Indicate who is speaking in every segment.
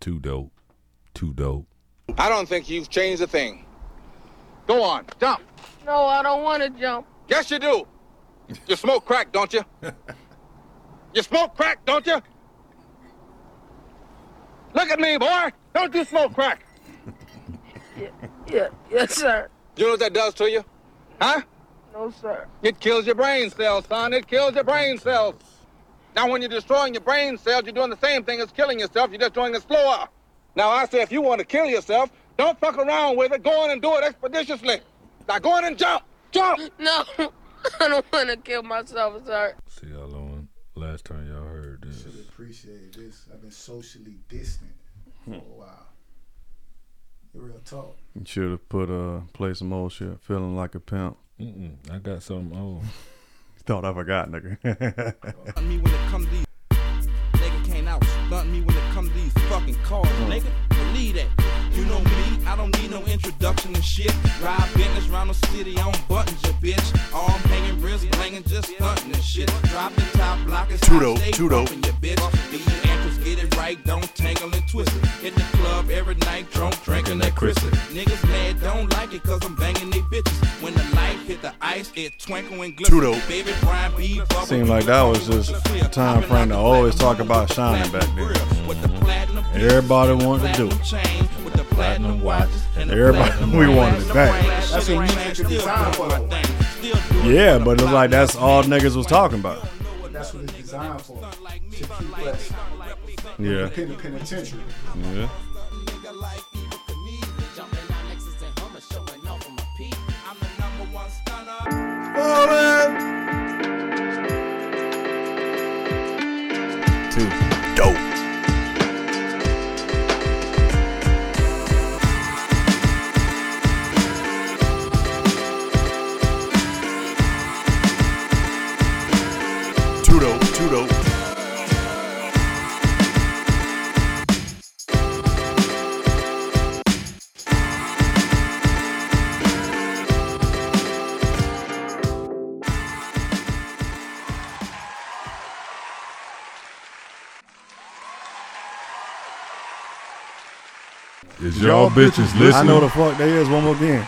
Speaker 1: Too dope. Too dope.
Speaker 2: I don't think you've changed a thing. Go on, jump.
Speaker 3: No, I don't want to jump.
Speaker 2: Yes, you do. You smoke crack, don't you? You smoke crack, don't you? Look at me, boy. Don't you smoke crack?
Speaker 3: Yeah, yeah, yes, sir.
Speaker 2: You know what that does to you? Huh?
Speaker 3: No, sir.
Speaker 2: It kills your brain cells, son. It kills your brain cells. Now, when you're destroying your brain cells, you're doing the same thing as killing yourself. You're just doing it slower. Now, I say if you want to kill yourself, don't fuck around with it. Go on and do it expeditiously. Now, go on and jump. Jump.
Speaker 3: No, I don't want to kill myself, sir.
Speaker 1: See how long last time y'all heard this.
Speaker 4: Should appreciate this. I've been socially distant for a while. Real talk.
Speaker 5: You should have put uh play some old shit. Feeling like a pimp.
Speaker 1: Mm-mm, I got something old.
Speaker 5: Thought I forgot, nigga.
Speaker 6: Stunting me when it come to these nigga can't out stunt me when it come to these fucking cars, nigga. Believe that. You know me, I don't need no introduction and shit. Ride business round the city on buttons, your bitch. Arm hanging, wrist blanging, just stunting and shit. Drop the top block and
Speaker 7: Too dope,
Speaker 6: stay
Speaker 7: too dope.
Speaker 6: bumping your bitch. These anchors get it right, don't tangle and twist it. Hit the club every night, drunk, drinking that Chrissy. Niggas mad, don't like it, cause I'm banging they bitches. When the light hit the ice, it twinkle and glisten.
Speaker 7: Too dope.
Speaker 6: Baby, Brian B. Bubba,
Speaker 5: Seemed like that was just a time frame to always talk about shining back then. Everybody wanted to do it.
Speaker 6: Platinum watches and the
Speaker 5: Everybody-
Speaker 6: platinum
Speaker 5: we
Speaker 6: rings.
Speaker 5: wanted it back.
Speaker 4: That's what music should be designed for.
Speaker 5: Yeah, but it's like that's all niggas was talking about.
Speaker 4: That's what it's designed for. To keep us
Speaker 5: Yeah.
Speaker 4: in the penitentiary.
Speaker 5: Yeah.
Speaker 6: I'm the number one stunner.
Speaker 7: Too dope. Too dope, too dope.
Speaker 1: Is y'all bitches listening?
Speaker 5: I know the fuck they is one more game.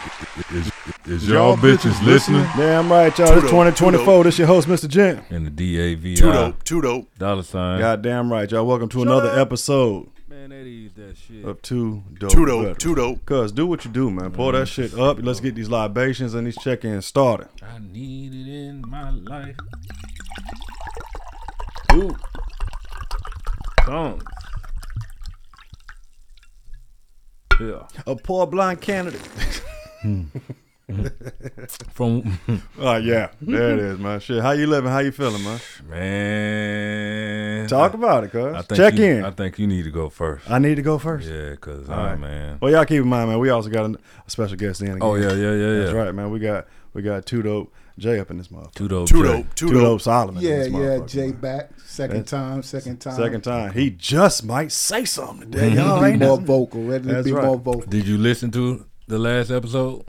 Speaker 1: is, is y'all bitches listening?
Speaker 5: Damn right, y'all. It's
Speaker 7: Tudo,
Speaker 5: 2024. This your host, Mr. Gent.
Speaker 1: And uh, the DAVI
Speaker 7: Too dope, too dope.
Speaker 1: dollar sign.
Speaker 5: Goddamn right, y'all. Welcome to another episode
Speaker 1: Man, they use that shit.
Speaker 5: of Two Dope.
Speaker 7: Too dope,
Speaker 5: Veterans.
Speaker 7: too dope.
Speaker 5: Cuz do what you do, man. Pull
Speaker 1: Mm.
Speaker 5: that shit up. Let's get these libations and these check-ins started.
Speaker 1: I need it in my life.
Speaker 5: Ooh.
Speaker 1: Songs. Yeah.
Speaker 5: A poor blind candidate.
Speaker 1: From
Speaker 5: Oh yeah, there it is, man. Shit, how you living? How you feeling, man?
Speaker 1: man,
Speaker 5: Talk
Speaker 1: I-
Speaker 5: about it,
Speaker 1: I
Speaker 5: cuz.
Speaker 1: think
Speaker 5: Check
Speaker 1: you-
Speaker 5: in.
Speaker 1: I think you need to go first.
Speaker 5: I need to go first.
Speaker 1: Yeah, cause
Speaker 5: All
Speaker 1: oh,
Speaker 5: right.
Speaker 1: man.
Speaker 5: Well, y'all keep in mind, man. We also got a, a special guest in. Again.
Speaker 1: Oh yeah, yeah, yeah, yeah.
Speaker 5: that's right, man. We got we got two dope Jay up in this motherfucker.
Speaker 1: Too dope.
Speaker 7: Too
Speaker 1: Jay.
Speaker 7: dope, too
Speaker 5: Two dope
Speaker 7: dope.
Speaker 5: Solomon. in
Speaker 4: Yeah,
Speaker 5: this
Speaker 4: yeah,
Speaker 5: motherfucker,
Speaker 4: Jay
Speaker 5: man.
Speaker 4: back. Second time, second time.
Speaker 5: Second time, he just might say something today.
Speaker 4: Ready
Speaker 5: Y'all
Speaker 4: to be
Speaker 5: ain't
Speaker 4: more
Speaker 5: nothing.
Speaker 4: vocal. Ready to
Speaker 5: That's
Speaker 4: be
Speaker 5: right.
Speaker 4: more vocal.
Speaker 1: Did you listen to the last episode?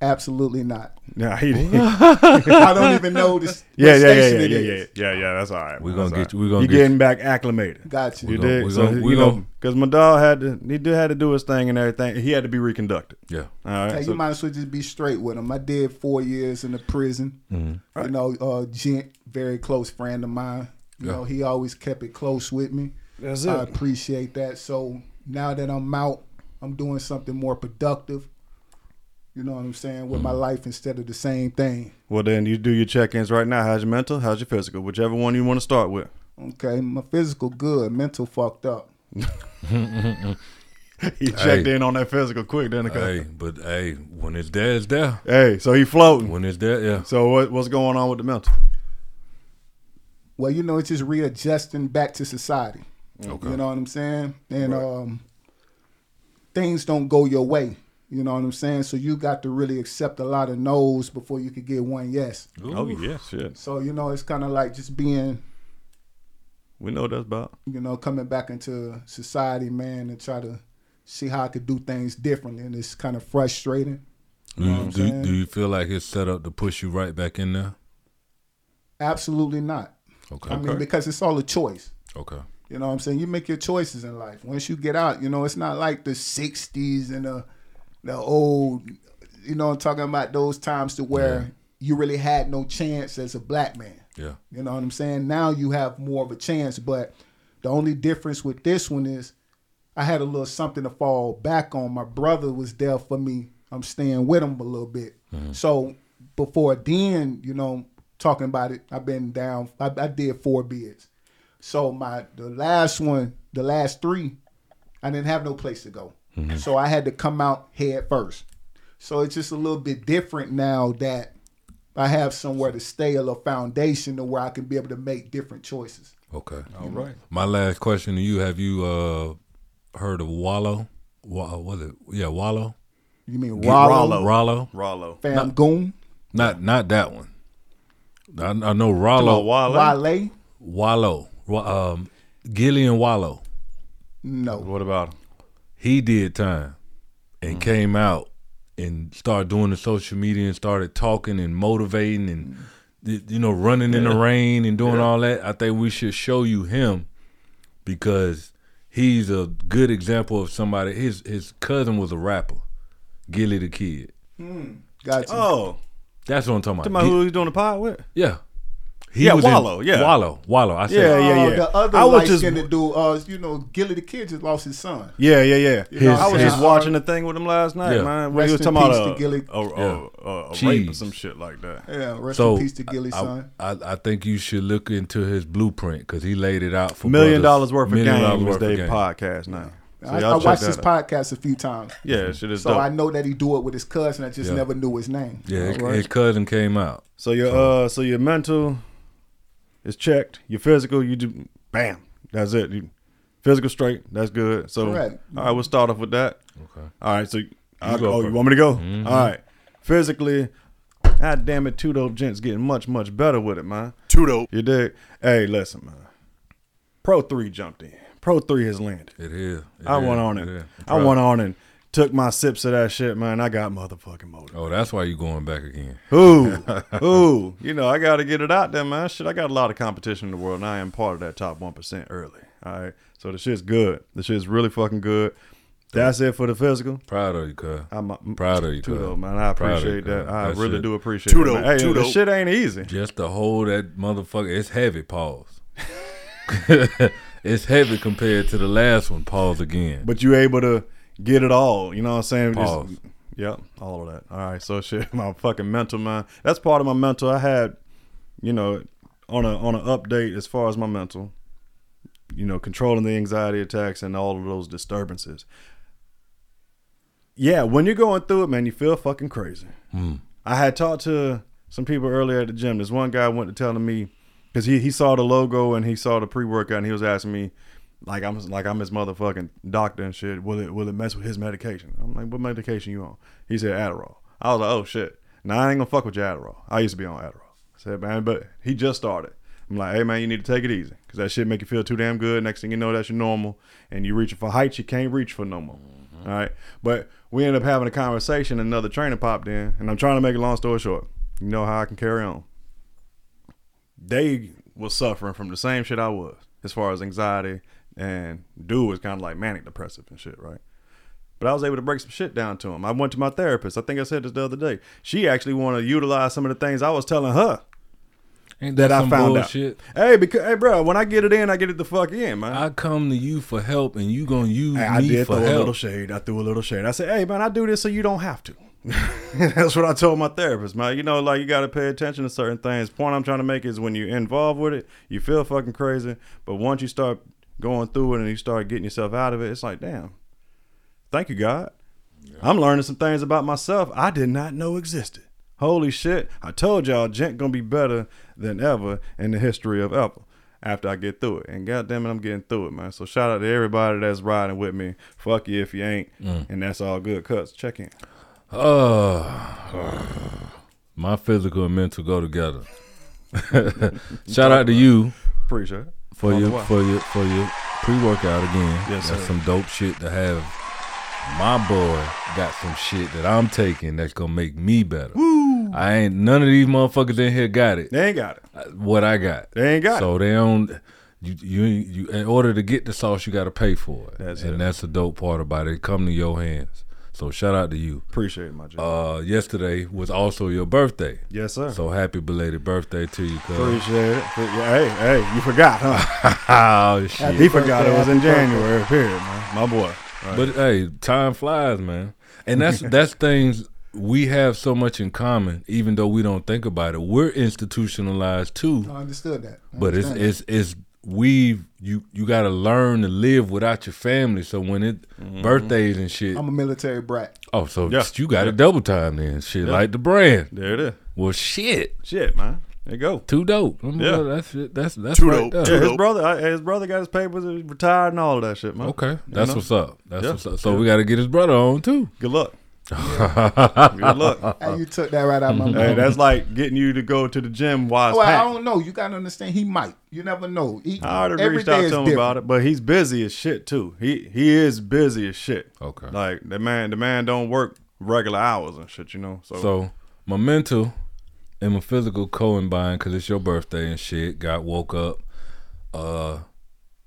Speaker 4: Absolutely not.
Speaker 5: Nah, he didn't.
Speaker 4: I don't even know this.
Speaker 5: Yeah,
Speaker 4: what
Speaker 5: yeah, yeah,
Speaker 4: station
Speaker 5: yeah,
Speaker 4: it
Speaker 5: yeah,
Speaker 4: is.
Speaker 5: yeah, yeah, yeah. That's all right.
Speaker 1: We
Speaker 5: man,
Speaker 1: gonna
Speaker 5: that's
Speaker 1: get
Speaker 5: all
Speaker 1: you- we gonna
Speaker 5: you
Speaker 1: get
Speaker 5: getting back acclimated.
Speaker 4: Got you.
Speaker 5: You
Speaker 1: gonna-
Speaker 5: dig?
Speaker 1: we
Speaker 5: so
Speaker 1: gonna- we
Speaker 5: you
Speaker 1: gonna-
Speaker 5: know, because my dog had to, he did had to do his thing and everything. He had to be reconducted.
Speaker 1: Yeah.
Speaker 5: All right.
Speaker 4: Hey,
Speaker 5: so-
Speaker 4: you might as well just be straight with him. I did four years in the prison.
Speaker 5: Mm-hmm.
Speaker 4: You know, uh, Gent, very close friend of mine. You know, he always kept it close with me.
Speaker 5: That's
Speaker 4: I
Speaker 5: it.
Speaker 4: appreciate that. So now that I'm out, I'm doing something more productive. You know what I'm saying with my
Speaker 5: Mm-hmm.
Speaker 4: life instead of the same thing.
Speaker 5: Well, then you do your check-ins right now. How's your mental? How's your physical? Whichever one you want to start with.
Speaker 4: Okay, my physical good, mental fucked up.
Speaker 5: He checked in on that physical quick, didn't he?
Speaker 1: Hey, but hey, when it's there, it's there.
Speaker 5: Hey, so he floating.
Speaker 1: When it's there, yeah.
Speaker 5: So what, what's going on with the mental?
Speaker 4: Well, you know, it's just readjusting back to society. You know what I'm saying? And um, things don't go your way. You know what I'm saying? So you got to really accept a lot of no's before you could get one yes.
Speaker 5: Oh yeah, shit.
Speaker 4: So, you know, it's kind of like just being,
Speaker 5: We know what that's about.
Speaker 4: you know, coming back into society, man, and try to see how I could do things differently. And it's kind of frustrating.
Speaker 1: Do
Speaker 4: know
Speaker 1: you,
Speaker 4: what
Speaker 1: Mm, do,
Speaker 4: I'm
Speaker 1: you-
Speaker 4: saying?
Speaker 1: do you feel like it's set up to push you right back in there?
Speaker 4: Absolutely not.
Speaker 1: Okay.
Speaker 4: I mean, because it's all a choice.
Speaker 1: okay.
Speaker 4: You know what I'm saying? You make your choices in life. Once you get out, you know, it's not like the 60s and the the old, you know, I'm talking about those times to where you really had no chance as a black man.
Speaker 1: Yeah.
Speaker 4: You know what I'm saying? Now you have more of a chance, but the only difference with this one is I had a little something to fall back on. My brother was there for me. I'm staying with him a little bit.
Speaker 8: Mm.
Speaker 4: So before then, you know, talking about it, I've been down. I, I did four bids. So my the last one, the last three, I didn't have no place to go. So I had to come out head first. So it's just a little bit different now that I have somewhere to stay, a little foundation to where I can be able to make different choices.
Speaker 1: Okay.
Speaker 7: All right.
Speaker 1: My last question to you: Have you uh, heard of Wallow? Wa- was it? Yeah, Wallow.
Speaker 4: You mean
Speaker 5: Get
Speaker 4: Rollo,
Speaker 5: Rollo.
Speaker 1: Rollo.
Speaker 5: Rollo.
Speaker 4: Fam Goon,
Speaker 1: Not not that one. I, I know
Speaker 5: Hello,
Speaker 1: Rollo.
Speaker 5: Wale.
Speaker 4: Wale?
Speaker 1: Wallow. Wa- Um, Gillian Wallow.
Speaker 4: No.
Speaker 5: What about him? Mm.
Speaker 1: He did time and came out and started doing the social media and started talking and motivating and y- you know running in the rain and doing all that. I think we should show you him because he's a good example of somebody. His his cousin was a rapper, Gilly the Kid.
Speaker 4: Hmm. Got you.
Speaker 5: Oh,
Speaker 1: That's what I'm talking about.
Speaker 5: somebody
Speaker 1: Gi-
Speaker 5: who he's doing the pod with?
Speaker 1: yeah. He
Speaker 5: Yeah,
Speaker 1: was in-
Speaker 5: Wallow, yeah.
Speaker 1: Wallow. Wallow. I said
Speaker 5: Yeah, yeah,
Speaker 4: Oh,
Speaker 5: yeah.
Speaker 4: the other
Speaker 5: I
Speaker 4: I
Speaker 5: was
Speaker 4: light
Speaker 5: just-
Speaker 4: skinned dude, uh, you know, Gilly the Kid just lost his son.
Speaker 5: Yeah, yeah, yeah.
Speaker 4: know,
Speaker 1: His-
Speaker 5: I was
Speaker 1: his-
Speaker 4: uh,
Speaker 5: just watching the thing with him last night,
Speaker 1: Yeah.
Speaker 5: man. Where he was
Speaker 4: Rest
Speaker 5: talking
Speaker 4: in
Speaker 5: about uh, oh,
Speaker 4: peace
Speaker 5: a,
Speaker 4: to Gilly.
Speaker 5: a, a, a- a
Speaker 1: Yeah.
Speaker 5: rape or
Speaker 1: Jeez.
Speaker 5: some shit like that.
Speaker 4: Yeah, rest
Speaker 1: so
Speaker 4: in peace to Gilly's
Speaker 1: I,
Speaker 4: son.
Speaker 1: I, I think you should look into his blueprint because he laid it out for
Speaker 5: Million
Speaker 1: brothers.
Speaker 5: dollars worth of
Speaker 1: Million
Speaker 5: game
Speaker 1: dollars
Speaker 5: was
Speaker 1: worth of
Speaker 5: their
Speaker 1: game.
Speaker 5: podcast now. So
Speaker 4: I,
Speaker 5: y'all
Speaker 4: I
Speaker 5: check
Speaker 4: watched
Speaker 5: that
Speaker 4: his
Speaker 5: out.
Speaker 4: podcast a few times.
Speaker 5: Yeah, that shit is
Speaker 4: So
Speaker 5: dope.
Speaker 4: I know that he do it with his cousin. I just
Speaker 1: Yeah.
Speaker 4: never knew his name.
Speaker 1: Yeah, his,
Speaker 5: Alright.
Speaker 1: his cousin came out.
Speaker 5: So your uh, so your mental is checked. Your physical, you do bam. That's it. You, physical straight. That's good. So
Speaker 4: Correct.
Speaker 5: all right, we'll start off with that. Okay. All right. So I
Speaker 1: go
Speaker 5: go. Oh, you
Speaker 1: first. Mm-hmm.
Speaker 5: want me to go? All right. Physically, god damn it, two dope gents getting much much better with it, man. Two dope. You dig? Hey, listen, man. Pro three jumped in. Pro three has landed.
Speaker 1: It is. It
Speaker 5: I
Speaker 1: is.
Speaker 5: went on it.
Speaker 1: is.
Speaker 5: I went on and took my sips of that shit, man. I got motherfucking motivated.
Speaker 1: Oh, that's why you going back again.
Speaker 5: Ooh, ooh. You know, I got to get it out there, man. Shit, I got a lot of competition in the world, and I am part of that top 1% early. All right. So the shit's good. The shit's really fucking good. That's it for the physical.
Speaker 1: Proud of you, cuz.
Speaker 5: I'm uh, m-
Speaker 1: Proud of you,
Speaker 5: too,
Speaker 1: cuz.
Speaker 5: though, man. I
Speaker 1: Proud of you,
Speaker 5: appreciate that.
Speaker 1: cuz.
Speaker 5: I
Speaker 1: That
Speaker 5: really
Speaker 1: shit.
Speaker 5: do appreciate Too it. dope, man. Hey, too the dope. shit ain't easy.
Speaker 1: uh, Just to hold that motherfucker. It's heavy, pause. it's heavy compared to the last one. Pause again.
Speaker 5: But you able to get it all. You know what I'm saying? Just-
Speaker 1: Pause.
Speaker 5: yep, all of that. All right. So shit, my fucking mental, man. That's part of my mental. I had, you know, on a on an update as far as my mental. You know, controlling the anxiety attacks and all of those disturbances. Yeah, when you're going through it, man, you feel fucking crazy.
Speaker 1: Hmm.
Speaker 5: I had talked to some people earlier at the gym. This one guy went to telling me because he, he saw the logo and he saw the pre workout and he was asking me like I'm like I'm his motherfucking doctor and shit. Will it will it mess with his medication? I'm like, what medication you on? He said Adderall. I was like, oh shit. Now I ain't gonna fuck with your Adderall. I used to be on Adderall. I said man, but he just started. I'm like, hey man, you need to take it easy because that shit make you feel too damn good. Next thing you know, that's your normal, and you reaching for heights you can't reach for no more. Mm-hmm. All right. But we ended up having a conversation. Another trainer popped in, and I'm trying to make a long story short. You know how I can carry on. They was suffering from the same shit I was, as far as anxiety, and dude was kind of like manic depressive and shit, right? But I was able to break some shit down to him. I went to my therapist. I think I said this the other day. She actually wanted to utilize some of the things I was telling her
Speaker 1: Ain't
Speaker 5: that I
Speaker 1: some
Speaker 5: found
Speaker 1: bullshit?
Speaker 5: out. Hey, because hey, bro, when I get it in, I get it the fuck in, man.
Speaker 1: I come to you for help, and you gonna use
Speaker 5: Hey,
Speaker 1: me
Speaker 5: I did
Speaker 1: for
Speaker 5: throw a little
Speaker 1: help.
Speaker 5: shade. I threw a little shade. I said, "Hey, man, I do this so you don't have to." That's what I told my therapist, man. You know, like you got to pay attention to certain things. Point I'm trying to make is when you're involved with it, you feel fucking crazy. But once you start going through it and you start getting yourself out of it, it's like, damn, thank you, God. I'm learning some things about myself I did not know existed. Holy shit! I told y'all, Gent gonna be better than ever in the history of ever. After I get through it, and goddamn it, I'm getting through it, man. So shout out to everybody that's riding with me. Fuck you if you ain't,
Speaker 1: Mm.
Speaker 5: and that's all good. Cuts, check in.
Speaker 1: Uh, my physical and mental go together. Shout out to you.
Speaker 5: Appreciate it.
Speaker 1: for
Speaker 5: On the
Speaker 1: your
Speaker 5: way.
Speaker 1: for your for your pre workout again.
Speaker 5: Yes,
Speaker 1: that's
Speaker 5: sir.
Speaker 1: some dope shit to have. My boy got some shit that I'm taking that's gonna make me better. I ain't none of these motherfuckers in here got it.
Speaker 5: They ain't got it.
Speaker 1: What I got,
Speaker 5: They ain't got
Speaker 1: so they don't. You, you ain't- you in order to get the sauce, you got to pay for it,
Speaker 5: That's
Speaker 1: and
Speaker 5: it.
Speaker 1: that's the dope part about it. It come to your hands. So shout out to you.
Speaker 5: Appreciate it, my G.
Speaker 1: Uh, yesterday was also your birthday.
Speaker 5: yes, sir.
Speaker 1: So happy belated birthday to you, cuz.
Speaker 5: Appreciate it. But, yeah, hey, hey, you forgot, huh?
Speaker 1: Oh shit!
Speaker 5: he forgot it was in
Speaker 4: happy birthday.
Speaker 5: January. Period, man. My boy. Right.
Speaker 1: But hey, time flies, man. And that's that's things we have so much in common, even though we don't think about it. We're institutionalized too.
Speaker 4: I understood that. I
Speaker 1: But it's
Speaker 4: understand
Speaker 1: it's it's we you you gotta learn to live without your family. So when it birthdays and shit,
Speaker 4: that. Mm-hmm. I'm a military brat.
Speaker 1: oh so
Speaker 5: Yeah.
Speaker 1: you got to double time then shit like the brand.
Speaker 5: There it is.
Speaker 1: Well, shit,
Speaker 5: Shit, man. There you go.
Speaker 1: too dope. I'm
Speaker 5: Yeah.
Speaker 1: like, that's it. That's that's
Speaker 7: Too
Speaker 1: right
Speaker 7: dope.
Speaker 1: there.
Speaker 5: Yeah, his
Speaker 7: Nope.
Speaker 5: brother, I, his brother got his papers, and retired, and all of that shit, man.
Speaker 1: Okay, that's
Speaker 5: know?
Speaker 1: what's up. That's
Speaker 5: Yeah.
Speaker 1: what's up. So we got to get his brother on too.
Speaker 5: Good luck. Good luck.
Speaker 4: Hey, you took that right out of my mouth.
Speaker 5: Hey, that's like getting you to go to the gym while it's
Speaker 4: well, I
Speaker 5: packed.
Speaker 4: don't know. You gotta understand. He might. You never know. He,
Speaker 5: I already
Speaker 4: every
Speaker 5: reached
Speaker 4: day
Speaker 5: out to him
Speaker 4: is different.
Speaker 5: about it, but he's busy as shit too. He he is busy as shit.
Speaker 1: Okay.
Speaker 5: Like the man, the man don't work regular hours and shit. You know. So,
Speaker 1: So my mental and my physical combined because it's your birthday and shit. Got woke up. Uh,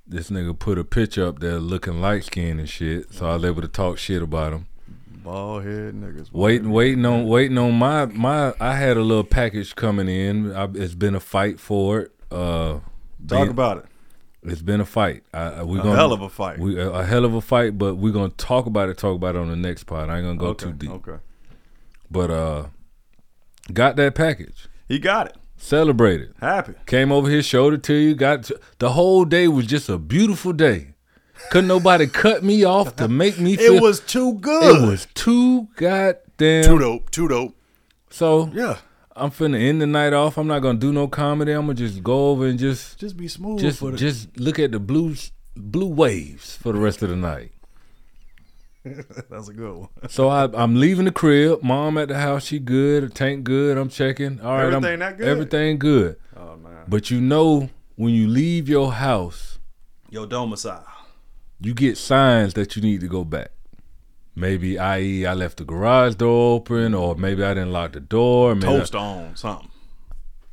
Speaker 1: this nigga put a picture up there looking light skinned and shit. So I was able to talk shit about him.
Speaker 5: bald head niggas.
Speaker 1: Waiting, waiting on, waiting on my my. I had a little package coming in. I, it's been a fight for it. Uh,
Speaker 5: Talk
Speaker 1: being-
Speaker 5: about it.
Speaker 1: It's been a fight. I, I, we
Speaker 5: A
Speaker 1: gonna,
Speaker 5: hell of a fight.
Speaker 1: We, a, a hell of a fight, but we're gonna talk about it. Talk about it on the next pod. I ain't gonna go
Speaker 5: okay.
Speaker 1: too deep.
Speaker 5: Okay.
Speaker 1: But uh, got that package.
Speaker 5: He got it.
Speaker 1: Celebrated.
Speaker 5: Happy.
Speaker 1: Came over here, showed it to you. Got to, the whole day was just a beautiful day. Couldn't nobody cut me off to make me feel.
Speaker 5: It was too good.
Speaker 1: It was too goddamn.
Speaker 7: Too dope. Too dope.
Speaker 1: So
Speaker 5: Yeah.
Speaker 1: I'm finna end the night off. I'm not gonna do no comedy. I'm gonna just go over and just
Speaker 5: Just be smooth
Speaker 1: just
Speaker 5: for the.
Speaker 1: just look at the blue s- blue waves for the rest of the night.
Speaker 5: That's a good one.
Speaker 1: So I, I'm leaving the crib. Mom at the house. She good. Tank good. I'm checking. All right. I'm-
Speaker 5: Everything that good?
Speaker 1: Everything good.
Speaker 5: Oh man.
Speaker 1: But you know when you leave your house,
Speaker 5: Yo, domicile.
Speaker 1: you get signs that you need to go back. Maybe, i.e., I left the garage door open, or maybe I didn't lock the door. Maybe I-
Speaker 5: Toast on something.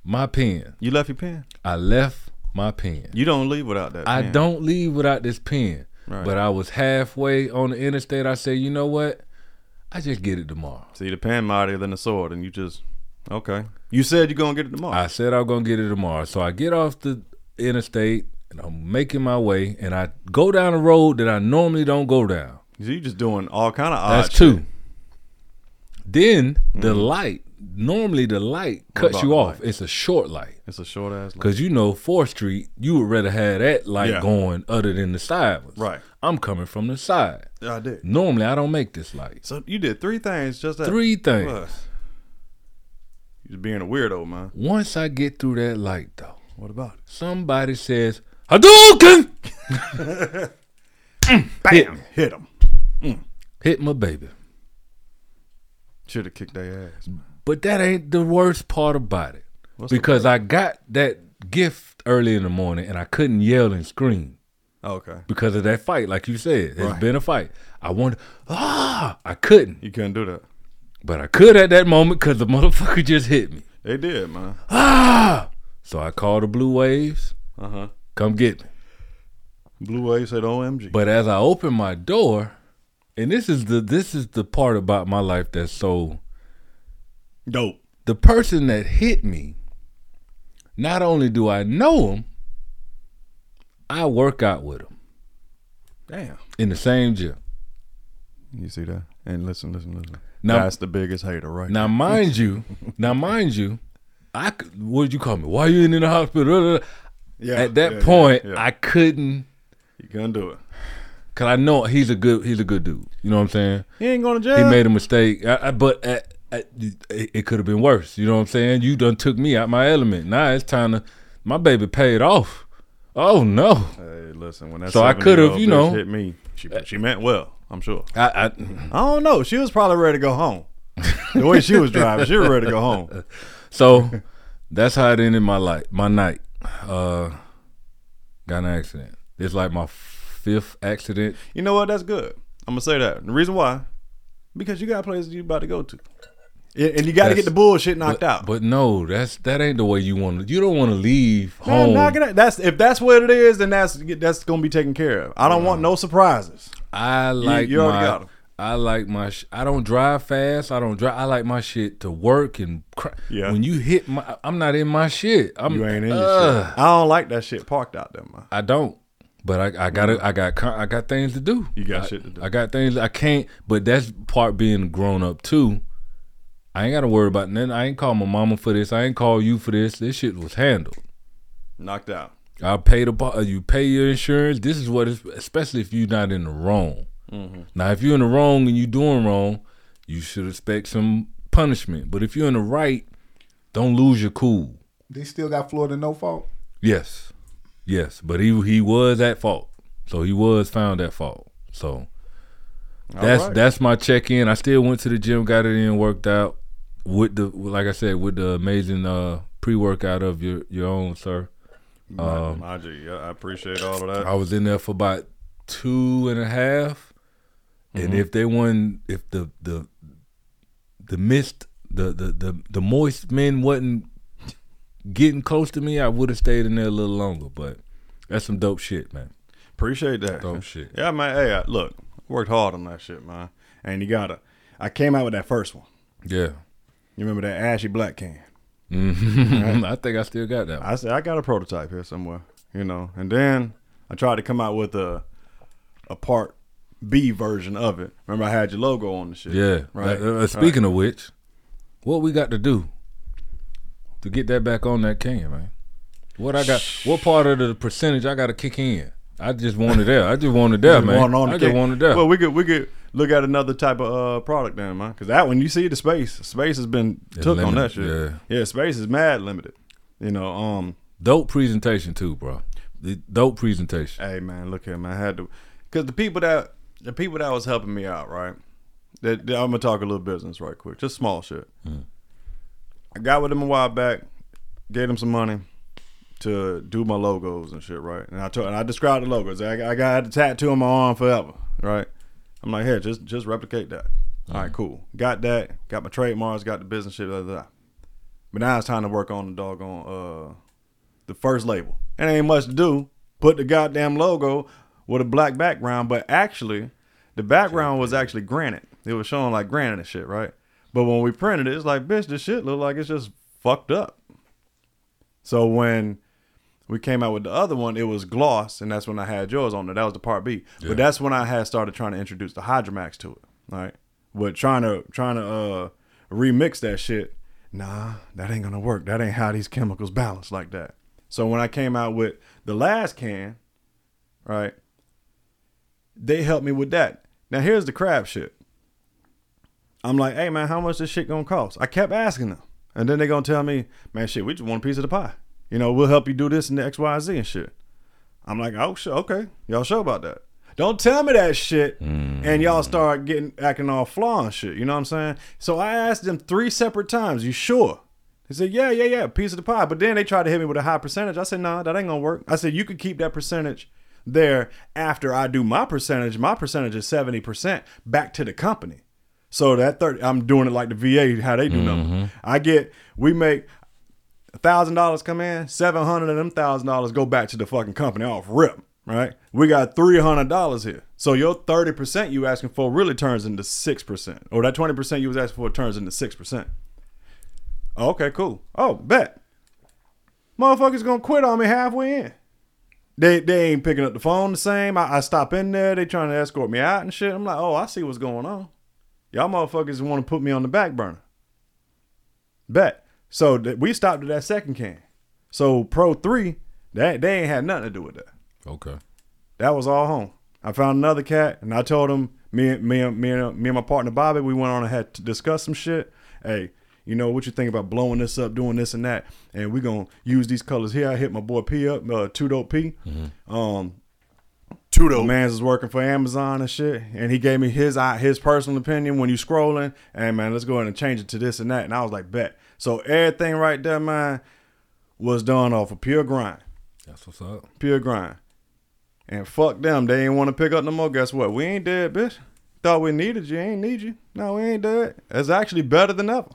Speaker 1: my pen.
Speaker 5: You left your pen.
Speaker 1: I left my pen.
Speaker 5: You don't leave without that.
Speaker 1: I
Speaker 5: pen.
Speaker 1: don't leave without this pen.
Speaker 5: Right.
Speaker 1: But I was halfway on the interstate. I said, you know what? I just get it tomorrow.
Speaker 5: see the pen mightier than the sword, and you just okay. You said you're gonna get it tomorrow.
Speaker 1: I said I'm gonna get it tomorrow. So I get off the interstate and I'm making my way and I go down a road that I normally don't go down.
Speaker 5: you just doing all kind of odd. Mm-hmm.
Speaker 1: That's two. Then the light. Normally the light cuts
Speaker 5: about
Speaker 1: you
Speaker 5: the
Speaker 1: off.
Speaker 5: light?
Speaker 1: It's a short light.
Speaker 5: It's a short ass.
Speaker 1: Cause you know, Fourth Street, you would rather have that light
Speaker 5: Yeah.
Speaker 1: going other than the side ones.
Speaker 5: Right.
Speaker 1: I'm coming from the side.
Speaker 5: I did.
Speaker 1: Normally I don't make this light.
Speaker 5: So you did three things just that.
Speaker 1: Three things.
Speaker 5: Look. You just being a weirdo, man.
Speaker 1: Once I get through that light though,
Speaker 5: What about it?
Speaker 1: somebody says, Hadouken!
Speaker 5: Bam! Hit Mm. him.
Speaker 1: Hit my baby.
Speaker 5: Should have kicked their ass.
Speaker 1: But that ain't the worst part about it.
Speaker 5: What's the
Speaker 1: because I got that gift early in the morning and I couldn't yell and scream
Speaker 5: Oh, Okay.
Speaker 1: because of that fight. Like you said, it's
Speaker 5: Right.
Speaker 1: been a fight. I wanted, ah, I couldn't.
Speaker 5: You couldn't do that.
Speaker 1: But I could at that moment because the motherfucker just hit me.
Speaker 5: They did, man.
Speaker 1: Ah! So I called the Blue Waves,
Speaker 5: Uh huh.
Speaker 1: come get me.
Speaker 5: Blue Wave said OMG.
Speaker 1: But as I open my door, and this is the this is the part about my life that's so
Speaker 5: Dope.
Speaker 1: the person that hit me, not only do I know him, I work out with him
Speaker 5: Damn.
Speaker 1: in the same gym.
Speaker 5: You see that? And listen, listen, listen.
Speaker 1: Now-
Speaker 5: That's the biggest hater, right?
Speaker 1: Now, mind you, now mind you, I c- what would you call me? Why you ain't in the hospital?
Speaker 5: yeah.
Speaker 1: At that
Speaker 5: yeah, yeah,
Speaker 1: point,
Speaker 5: yeah.
Speaker 1: I couldn't,
Speaker 5: you couldn't do it.
Speaker 1: cause I know he's a good he's a good dude. You know what I'm saying?
Speaker 5: He ain't going to jail.
Speaker 1: He made a mistake, I, I, but uh uh, it, it could have been worse. You know what I'm saying? You done took me out my element. Now it's time to my baby paid off. Oh no.
Speaker 5: Hey, listen. When that
Speaker 1: So I could've,
Speaker 5: 70-year-old
Speaker 1: you
Speaker 5: bitch
Speaker 1: know-
Speaker 5: hit me. She she meant well. I'm sure.
Speaker 1: I, I
Speaker 5: I don't know. She was probably ready to go home. the way she was driving, she was ready to go home.
Speaker 1: So that's how it ended my life, my night. Uh, got in an accident. It's like my fifth accident.
Speaker 5: You know what? That's good. I'm gonna say that. The reason why, because you got places you about to go to. It- and you got to get
Speaker 1: That's-
Speaker 5: the bullshit knocked
Speaker 1: but,
Speaker 5: out.
Speaker 1: But no, that's that ain't the way you want to. You don't want to leave
Speaker 5: Man,
Speaker 1: home.
Speaker 5: knock it out. That's if that's what it is, then that's that's gonna be taken care of. I don't want no surprises.
Speaker 1: I like
Speaker 5: you already
Speaker 1: my.
Speaker 5: got 'em.
Speaker 1: I like my. Sh- I don't drive fast. I don't drive. I like my shit to work and. Cr-
Speaker 5: Yeah.
Speaker 1: When you hit my, I'm not in my shit. I'm.
Speaker 5: You ain't in your
Speaker 1: Ugh.
Speaker 5: shit. I don't like that shit parked out there, man. Mm.
Speaker 1: I don't. But I, I got I got con- I got things to do.
Speaker 5: You got
Speaker 1: I-
Speaker 5: shit to do.
Speaker 1: I got things I can't. But that's part being grown up too. I ain't got to worry about nothing. I ain't call my mama for this. I ain't call you for this. This shit was handled.
Speaker 5: Knocked out.
Speaker 1: I pay the bo- you pay your insurance. This is what, it's, especially if you're not in the wrong.
Speaker 5: Mm-hmm.
Speaker 1: Now, if you're in the wrong and you're doing wrong, you should expect some punishment. But if you're in the right, don't lose your cool.
Speaker 4: They still got Florida no fault.
Speaker 1: Yes, yes. But he he was at fault, so he was found at fault. So that's
Speaker 5: right.
Speaker 1: that's my check in. I still went to the gym, got it in, worked out with the like I said with the amazing uh, pre workout of your your own sir.
Speaker 5: My G, I I appreciate all of that.
Speaker 1: Um, I was in there for about two and a half,
Speaker 5: Mm-hmm.
Speaker 1: and if they won, if the the the mist, the the the, the moist men wasn't getting close to me, I would have stayed in there a little longer. But that's some dope shit, man.
Speaker 5: Appreciate that.
Speaker 1: Dope shit.
Speaker 5: Yeah, man. Hey, I, look, I worked hard on that shit, man. And you gotta. I came out with that first one.
Speaker 1: Yeah,
Speaker 5: You remember that ashy black can?
Speaker 1: I think I still got that. One.
Speaker 5: I said I got a prototype here somewhere, you know. And then I tried to come out with a a part B version of it. Remember, I had your logo on the shit.
Speaker 1: yeah,
Speaker 5: right.
Speaker 1: Uh, uh, speaking of which, what we got to do to get that back on that can, man? What I got? What part of the percentage I got to kick in? I just want it there. I just want it there,
Speaker 5: Just
Speaker 1: man.
Speaker 5: want on
Speaker 1: I
Speaker 5: the
Speaker 1: just
Speaker 5: cake.
Speaker 1: want it there.
Speaker 5: Well, we could we could look at another type of uh, product then, man. Because that one, you see the space. Space has been took on that shit.
Speaker 1: limited,
Speaker 5: Yeah. space is mad limited. You know, um,
Speaker 1: Dope presentation too, bro. The dope presentation.
Speaker 5: hey man, look here, man. I had to because the people that the people that was helping me out, right? That, that- I'm gonna talk a little business right quick, just small shit. I got with them a while back, gave them some money to do my logos and shit, right? And I told, and I described the logos. I, I got a tattoo on my arm forever, right? I'm like, here, just just replicate that. All right, cool. Got that. Got my trademarks. Got the business shit. Blah, blah, blah. But now it's time to work on the doggone uh, the first label. It ain't much to do. Put the goddamn logo with a black background, but actually, the background was actually granite. It was showing like granite and shit, right? But when we printed it, it's like, bitch, this shit look like it's just fucked up. So when we came out with the other one, it was gloss, and that's when I had yours on there. That was the part B. But that's when I had started trying to introduce the Hydromax to it, right? But trying to trying to uh remix that shit, nah, that ain't gonna work. That ain't how these chemicals balance like that. So when I came out with the last can, right, they helped me with that. Now here's the crab shit. I'm like, hey man, how much this shit gonna cost? I kept asking them, and then they gonna tell me, man, shit, we just want a piece of the pie. You know, we'll help you do this and the X, Y, Z and shit. I'm like, oh shit, okay, y'all sure about that? Don't tell me that shit, and y'all start getting acting all flaw and shit. You know what I'm saying? So I asked them three separate times, you sure? They said, yeah, yeah, yeah, piece of the pie. But then they tried to hit me with a high percentage. I said, nah, that ain't gonna work. I said, you could keep that percentage there after I do my percentage. My percentage is seventy percent back to the company. So that thirty, I'm doing it like the VA how they do
Speaker 9: Mm-hmm.
Speaker 5: numbers. I get we make thousand dollars come in, seven hundred of them thousand dollars go back to the fucking company off rip. Right? We got three hundred dollars here. So your thirty percent you asking for really turns into six percent, or that twenty percent you was asking for turns into six percent. Okay, cool. Oh, bet. Motherfuckers gonna quit on me halfway in. They they ain't picking up the phone the same. I, I stop in there. They trying to escort me out and shit. I'm like, oh, I see what's going on. Y'all motherfuckers want to put me on the back burner. Bet. So th- we stopped at that second can. So Pro Three, that they ain't had nothing to do with that.
Speaker 1: Okay.
Speaker 5: That was all home. I found another cat, and I told him me and me and me and, me and my partner Bobby, we went on and had to discuss some shit. Hey, you know what you think about blowing this up, doing this and that, and we gonna use these colors here. I hit my boy P up, uh, two dope P. Um, two dope. Man's is working for Amazon and shit, and he gave me his uh, his personal opinion when you scrolling. Hey man, let's go ahead and change it to this and that, and I was like, bet. So everything right there, man, was done off of pure grind
Speaker 1: That's what's up.
Speaker 5: pure grind. And fuck them, they ain't want to pick up no more. Guess what? We ain't dead, bitch. Thought we needed you, ain't need you. No, we ain't dead. It's actually better than ever.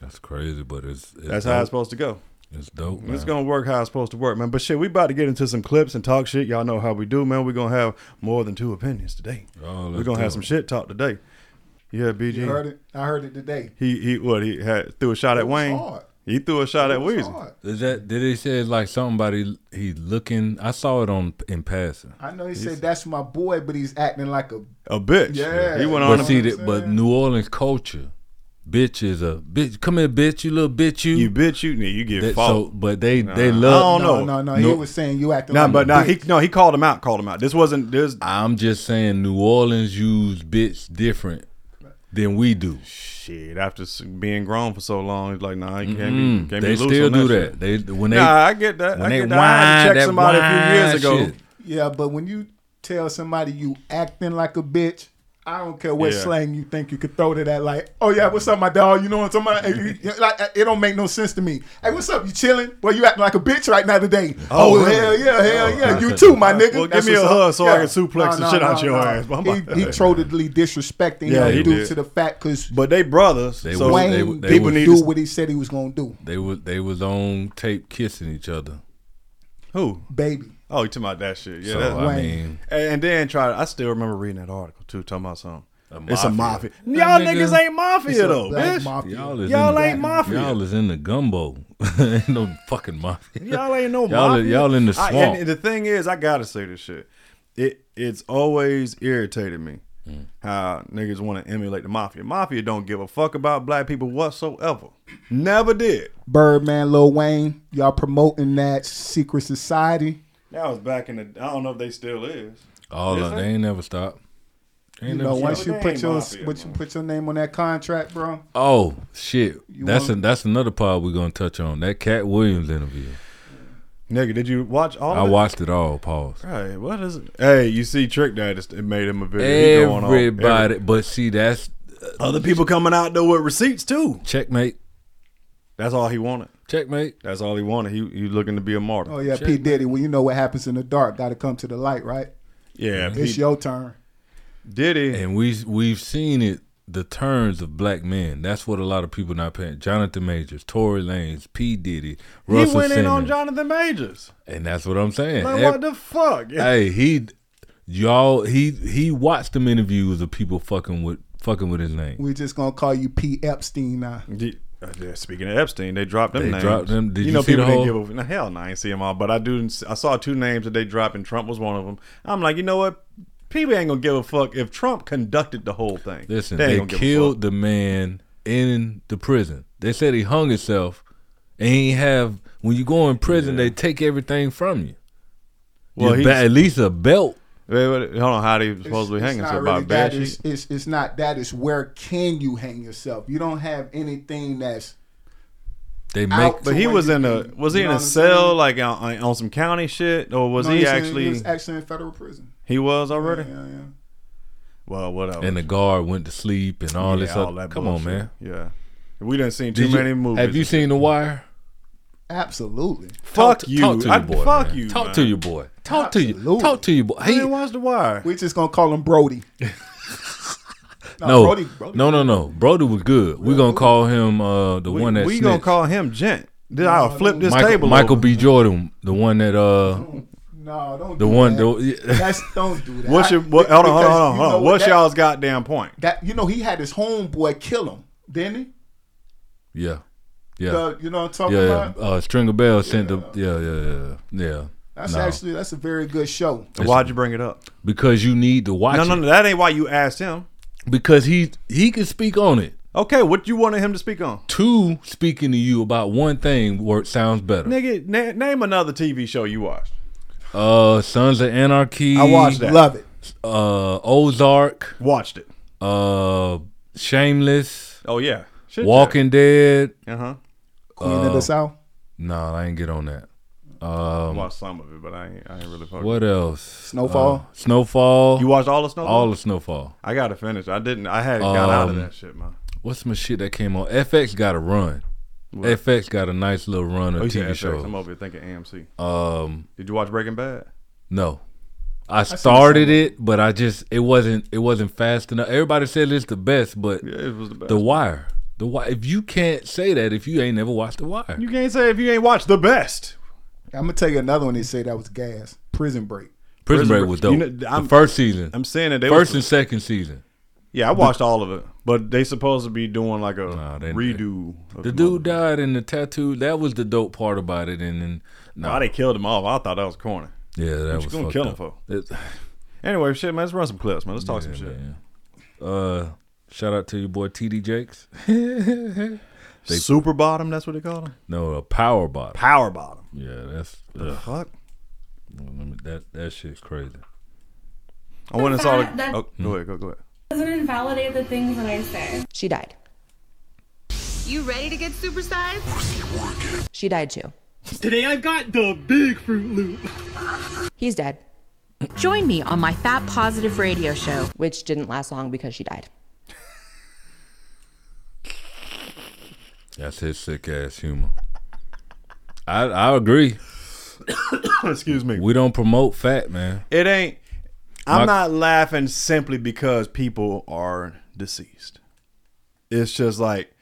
Speaker 1: That's crazy, but it's, it's
Speaker 5: That's
Speaker 1: dope.
Speaker 5: how it's supposed to go.
Speaker 1: It's dope. Man.
Speaker 5: It's gonna work how it's supposed to work, man. But shit, we about to get into some clips and talk shit. Y'all know how we do, man. We're gonna have more than two opinions today.
Speaker 1: Oh, let's
Speaker 5: We're gonna
Speaker 1: do
Speaker 5: have
Speaker 1: it.
Speaker 5: some shit talk today. Yeah, BG.
Speaker 4: You heard it. I heard it today.
Speaker 5: He he what he had threw a shot at
Speaker 4: was
Speaker 5: Wayne.
Speaker 4: hard.
Speaker 5: He threw a shot at
Speaker 4: It's
Speaker 5: Weezy.
Speaker 4: hard.
Speaker 1: Is that did they say it's like somebody he looking? I saw it on in passing.
Speaker 4: I know he said that's my boy, but he's acting like a
Speaker 5: A bitch.
Speaker 4: Yeah.
Speaker 5: He went on.
Speaker 4: But
Speaker 1: But
Speaker 5: him.
Speaker 1: see,
Speaker 4: what I'm
Speaker 1: that, but
Speaker 4: saying?
Speaker 1: New Orleans culture, bitch is a bitch. Come here, bitch. You little bitch. You.
Speaker 5: you bitch. You you get
Speaker 1: That- so,
Speaker 5: fault.
Speaker 1: but they they
Speaker 5: Nah.
Speaker 1: love.
Speaker 5: I don't
Speaker 4: no,
Speaker 5: know.
Speaker 4: no, no, He
Speaker 1: No.
Speaker 4: was saying you acting.
Speaker 5: Nah,
Speaker 4: like
Speaker 5: but
Speaker 4: a
Speaker 5: nah,
Speaker 4: bitch.
Speaker 5: he no, he called him out. Called him out. This wasn't this.
Speaker 1: I'm just saying New Orleans use bitch different than we do.
Speaker 5: Shit, after s- being grown for so long, it's like, nah, you can't be, can't
Speaker 1: They
Speaker 5: be loose
Speaker 1: still
Speaker 5: on
Speaker 1: do
Speaker 5: that.
Speaker 1: that.
Speaker 5: shit.
Speaker 1: They when they
Speaker 5: nah, I get that.
Speaker 1: when
Speaker 5: I
Speaker 1: they
Speaker 5: get that. I had
Speaker 1: whine,
Speaker 5: to check
Speaker 1: that
Speaker 5: somebody a few years
Speaker 1: whine
Speaker 5: ago.
Speaker 1: shit.
Speaker 4: Yeah, but when you tell somebody you acting like a bitch, I don't care what
Speaker 5: Yeah.
Speaker 4: slang you think you could throw to that. Like, oh yeah, what's up, my dog? You know what I'm talking about? Hey, you- Like, it don't make no sense to me. Hey, what's up? You chilling? Well, you acting like a bitch right now today.
Speaker 5: Oh,
Speaker 4: Oh,
Speaker 5: really?
Speaker 4: hell yeah, hell yeah. You too, my nigga.
Speaker 5: Well, give
Speaker 4: That's
Speaker 5: me a
Speaker 4: what's
Speaker 5: hug
Speaker 4: up.
Speaker 5: so I can suplex the shit out your ass. But I'm
Speaker 4: He,
Speaker 5: about-
Speaker 4: he totally disrespecting
Speaker 5: Yeah,
Speaker 4: yeah,
Speaker 5: he
Speaker 4: him due
Speaker 5: did.
Speaker 4: to the fact because
Speaker 5: But they brothers.
Speaker 1: They
Speaker 5: so
Speaker 1: was-
Speaker 4: Wayne
Speaker 1: they
Speaker 4: didn't
Speaker 1: was-
Speaker 4: do what he said he was gonna do,
Speaker 1: they was they was on tape kissing each other.
Speaker 5: who?
Speaker 4: baby.
Speaker 5: Oh, you talking about that shit? Yeah.
Speaker 1: so
Speaker 5: that's,
Speaker 1: I
Speaker 4: Wayne.
Speaker 1: mean,
Speaker 5: and, and then try. I still remember reading that article too, talking about something.
Speaker 1: A
Speaker 5: It's a mafia.
Speaker 1: mafia.
Speaker 5: Y'all
Speaker 1: Nigga.
Speaker 5: niggas ain't mafia
Speaker 4: It's a
Speaker 5: though,
Speaker 4: black
Speaker 5: bitch.
Speaker 4: mafia.
Speaker 1: y'all is
Speaker 5: Y'all
Speaker 1: in
Speaker 5: ain't mafia.
Speaker 1: Y'all is in the gumbo. ain't no fucking mafia.
Speaker 5: Y'all ain't no
Speaker 1: Y'all-
Speaker 5: mafia.
Speaker 1: y'all in the
Speaker 5: I-
Speaker 1: swamp.
Speaker 5: and the thing is, I gotta say this shit. It it's always irritated me
Speaker 1: Mm.
Speaker 5: how niggas want to emulate the mafia. Mafia don't give a fuck about black people whatsoever. Never did.
Speaker 4: Birdman, Lil Wayne, y'all promoting that secret society.
Speaker 5: That was back in the. I don't know if they still is.
Speaker 1: All
Speaker 5: Is
Speaker 1: of,
Speaker 5: it?
Speaker 1: they ain't never stop. They Ain't
Speaker 4: You
Speaker 1: never
Speaker 4: know,
Speaker 1: stop.
Speaker 4: once
Speaker 5: but
Speaker 4: you
Speaker 5: they ain't
Speaker 4: put your
Speaker 5: mafia,
Speaker 4: once you
Speaker 5: man.
Speaker 4: put your name on that contract, bro.
Speaker 1: Oh shit! that's
Speaker 4: want-
Speaker 1: a, that's another part we're gonna touch on. That Cat Williams interview.
Speaker 5: Nigga, did you watch all?
Speaker 1: I
Speaker 5: of it?
Speaker 1: watched it all. Pause.
Speaker 5: Right, what is it? Hey, you see, Trick Daddy, it made him a video. He going off.
Speaker 1: Everybody, but see, that's
Speaker 5: Every- other people coming out though with receipts too.
Speaker 1: checkmate.
Speaker 5: That's all he wanted.
Speaker 1: Checkmate.
Speaker 5: That's all he wanted. He he looking to be a martyr.
Speaker 4: Oh yeah, P Diddy. When you know what happens in the dark, got to come to the light, right?
Speaker 5: yeah. P.
Speaker 4: It's your turn.
Speaker 5: Diddy.
Speaker 1: And we we've seen it. The turns of black men. That's what a lot of people not paying. Jonathan Majors, Tory Lanez, P Diddy, Russell
Speaker 5: he went in on
Speaker 1: Simmons.
Speaker 5: Jonathan Majors.
Speaker 1: and that's what I'm saying.
Speaker 5: Like,
Speaker 1: Ev-
Speaker 5: what the fuck?
Speaker 1: hey, he, y'all, he he watched them interviews of people fucking with fucking with his name.
Speaker 4: We just gonna call you P Epstein now.
Speaker 5: Ye- uh, yeah, Speaking of Epstein, they dropped them
Speaker 1: They
Speaker 5: names.
Speaker 1: dropped them. Did you
Speaker 5: know
Speaker 1: see
Speaker 5: people
Speaker 1: the
Speaker 5: didn't
Speaker 1: whole-
Speaker 5: give a no, hell no, I ain't see them all. But I do I saw two names that they dropped and Trump was one of them. I'm like, you know what? People ain't gonna give a fuck if Trump conducted the whole thing.
Speaker 1: Listen,
Speaker 5: ain't
Speaker 1: they,
Speaker 5: gonna give a
Speaker 1: killed
Speaker 5: fuck.
Speaker 1: the man in the prison. They said he hung himself, and he ain't have. When you go in prison, they take everything from you.
Speaker 5: Well,
Speaker 1: Your
Speaker 5: he's-
Speaker 1: ba- at least a belt.
Speaker 5: Wait, wait, hold on, how they supposed to be hanging? So about
Speaker 4: that.
Speaker 5: bed
Speaker 4: It's,
Speaker 5: sheet?
Speaker 4: it's it's not that. It's where can you hang yourself? You don't have anything that's
Speaker 1: They make.
Speaker 4: Out.
Speaker 5: But he
Speaker 4: So
Speaker 5: was
Speaker 4: what
Speaker 5: in
Speaker 4: you
Speaker 5: a
Speaker 4: think?
Speaker 5: was he
Speaker 4: You
Speaker 5: in
Speaker 4: know
Speaker 5: a
Speaker 4: what I'm
Speaker 5: cell
Speaker 4: saying?
Speaker 5: like on, on on some county shit or was
Speaker 4: No,
Speaker 5: he
Speaker 4: he's in-
Speaker 5: actually?
Speaker 4: he was actually in federal prison.
Speaker 5: he was already.
Speaker 4: Yeah, yeah, yeah.
Speaker 5: Well, whatever.
Speaker 1: and the guard went to sleep and all this
Speaker 5: Yeah,
Speaker 1: other. Come on,
Speaker 5: bullshit.
Speaker 1: man.
Speaker 5: Yeah, we done seen too
Speaker 1: Did you-
Speaker 5: many movies.
Speaker 1: Have you seen The Wire?
Speaker 4: Absolutely.
Speaker 5: Fuck
Speaker 1: Talk to-
Speaker 5: you.
Speaker 1: Talk to
Speaker 5: I-
Speaker 1: your boy.
Speaker 5: fuck
Speaker 1: man.
Speaker 5: you.
Speaker 1: Talk
Speaker 5: man.
Speaker 1: to your boy. Talk to you.
Speaker 4: Absolutely.
Speaker 1: Talk to your boy.
Speaker 5: I
Speaker 1: He,
Speaker 5: didn't watch the wire.
Speaker 4: We just gonna call him Brody. no,
Speaker 1: no,
Speaker 4: Brody, Brody.
Speaker 1: no, no, no. Brody was good. We're gonna call him uh, the
Speaker 5: we
Speaker 1: one that
Speaker 5: we gonna
Speaker 1: snitched.
Speaker 5: call him Gent. Then I'll flip this
Speaker 1: Michael,
Speaker 5: table.
Speaker 1: Michael
Speaker 5: over.
Speaker 1: B. Jordan, the one that uh,
Speaker 4: No, don't.
Speaker 1: the
Speaker 4: do
Speaker 1: one.
Speaker 4: That.
Speaker 1: The,
Speaker 4: That's don't do that.
Speaker 5: What's your what,
Speaker 4: I-
Speaker 5: hold on, hold on,
Speaker 4: because
Speaker 5: hold on,
Speaker 4: you
Speaker 5: hold
Speaker 4: know
Speaker 5: on.
Speaker 4: what
Speaker 5: What's
Speaker 4: that-
Speaker 5: y'all's goddamn point?
Speaker 4: that you know he had his homeboy kill him, didn't he?
Speaker 1: yeah, yeah,
Speaker 4: The- you know what I'm talking
Speaker 1: yeah. yeah.
Speaker 4: about?
Speaker 1: Uh, Stringer Bell sent the yeah, yeah, yeah, yeah.
Speaker 4: That's
Speaker 1: No.
Speaker 4: actually that's a very good show.
Speaker 5: Why'd you bring it up?
Speaker 1: because you need to watch
Speaker 5: No, no,
Speaker 1: it
Speaker 5: no. That ain't why you asked him.
Speaker 1: because he he can speak on it.
Speaker 5: Okay, what you wanted him to speak on?
Speaker 1: Two speaking to you about one thing work sounds better.
Speaker 5: Nigga, na- name another TV show you watched.
Speaker 1: Uh, Sons of Anarchy.
Speaker 5: I watched that.
Speaker 4: Love it.
Speaker 1: Uh, Ozark.
Speaker 5: Watched it.
Speaker 1: Uh, Shameless.
Speaker 5: Oh yeah. Shit,
Speaker 1: Walking Dead.
Speaker 5: Uh huh.
Speaker 4: Queen of the South.
Speaker 1: No, I ain't get on that. Um,
Speaker 5: I watched some of it, but I ain't, I ain't really. Fucking.
Speaker 1: What else?
Speaker 4: Snowfall.
Speaker 1: Uh, Snowfall.
Speaker 5: You watched all of Snow?
Speaker 1: all of Snowfall.
Speaker 5: I gotta finish. I didn't. I had got out of
Speaker 1: Um,
Speaker 5: that shit, man.
Speaker 1: What's some shit that came on? FX got a run. FX got a nice little run of
Speaker 5: Oh, you said
Speaker 1: TV
Speaker 5: FX. I'm
Speaker 1: shows.
Speaker 5: over here thinking AMC. Um, did you watch Breaking Bad?
Speaker 1: No, I started it, but I just it wasn't it wasn't fast enough. Everybody said it's the best, but
Speaker 5: Yeah, it was the best.
Speaker 1: The Wire. The wire. If you can't say that, if you ain't never watched The Wire,
Speaker 5: You can't say if you ain't watched the best.
Speaker 4: I'm gonna tell you another one. They say that was gas. Prison Break.
Speaker 1: Prison
Speaker 5: Prison
Speaker 1: Break
Speaker 5: Break-
Speaker 1: was dope.
Speaker 5: you know, I'm-
Speaker 1: the first season,
Speaker 5: I'm saying that they
Speaker 1: first
Speaker 5: was,
Speaker 1: and second season.
Speaker 5: yeah, I watched all of it, but they supposed to be doing like a
Speaker 1: Nah, they-
Speaker 5: redo. of
Speaker 1: uh, The
Speaker 5: some
Speaker 1: dude
Speaker 5: other-
Speaker 1: died, and the tattoo. That was the dope part about it. And then, no,
Speaker 5: Nah, they killed him off. I thought that was corny.
Speaker 1: yeah, that
Speaker 5: you
Speaker 1: was
Speaker 5: gonna
Speaker 1: fucked
Speaker 5: kill him
Speaker 1: up.
Speaker 5: for?
Speaker 1: It-
Speaker 5: Anyway, shit, man, let's run some clips, man. Let's talk some shit.
Speaker 1: yeah. Uh, shout out to your boy TD Jakes.
Speaker 5: Super bottom, that's what they call him.
Speaker 1: No, a power bot.
Speaker 5: Power bottom.
Speaker 1: Yeah, that's ugh,
Speaker 5: Fuck.
Speaker 1: that. That shit's crazy.
Speaker 5: I went and saw
Speaker 10: That-
Speaker 5: the.
Speaker 10: that-
Speaker 5: Oh,
Speaker 1: Hmm.
Speaker 5: go ahead, go, go ahead.
Speaker 10: doesn't invalidate the things that I say.
Speaker 11: She died.
Speaker 12: You ready to get supersized?
Speaker 11: She died too.
Speaker 12: Today I've got the big Fruit Loop.
Speaker 11: He's dead,
Speaker 12: Join me on my fat positive radio show.
Speaker 11: which didn't last long because she died.
Speaker 1: That's his sick ass humor. I I agree.
Speaker 5: Excuse me.
Speaker 1: We don't promote fat, man.
Speaker 5: It ain't.
Speaker 1: My-
Speaker 5: I'm not laughing simply because people are deceased. It's just like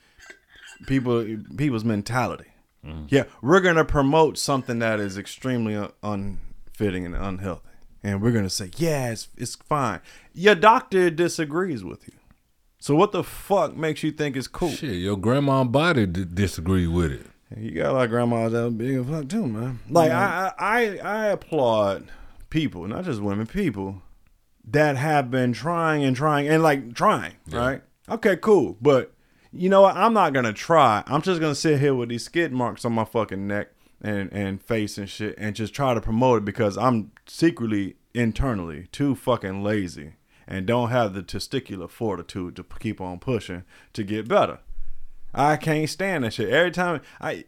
Speaker 5: people people's mentality.
Speaker 1: Hmm.
Speaker 5: Yeah, we're gonna promote something that is extremely un- unfitting and unhealthy, and we're gonna say, yeah, it's it's fine. Your doctor disagrees with you, so what the fuck makes you think it's cool?
Speaker 1: Shit, your grandma body d- disagree with it.
Speaker 5: You got a lot of grandmas that big as fuck too, man. Like I, I, I I applaud people, not just women, people that have been trying and trying and like trying, right? Okay, cool, but you know what? I'm not gonna try. I'm just gonna sit here with these skid marks on my fucking neck and and face and shit, and just try to promote it because I'm secretly internally too fucking lazy and don't have the testicular fortitude to p- keep on pushing to get better. I can't stand that shit. Every time I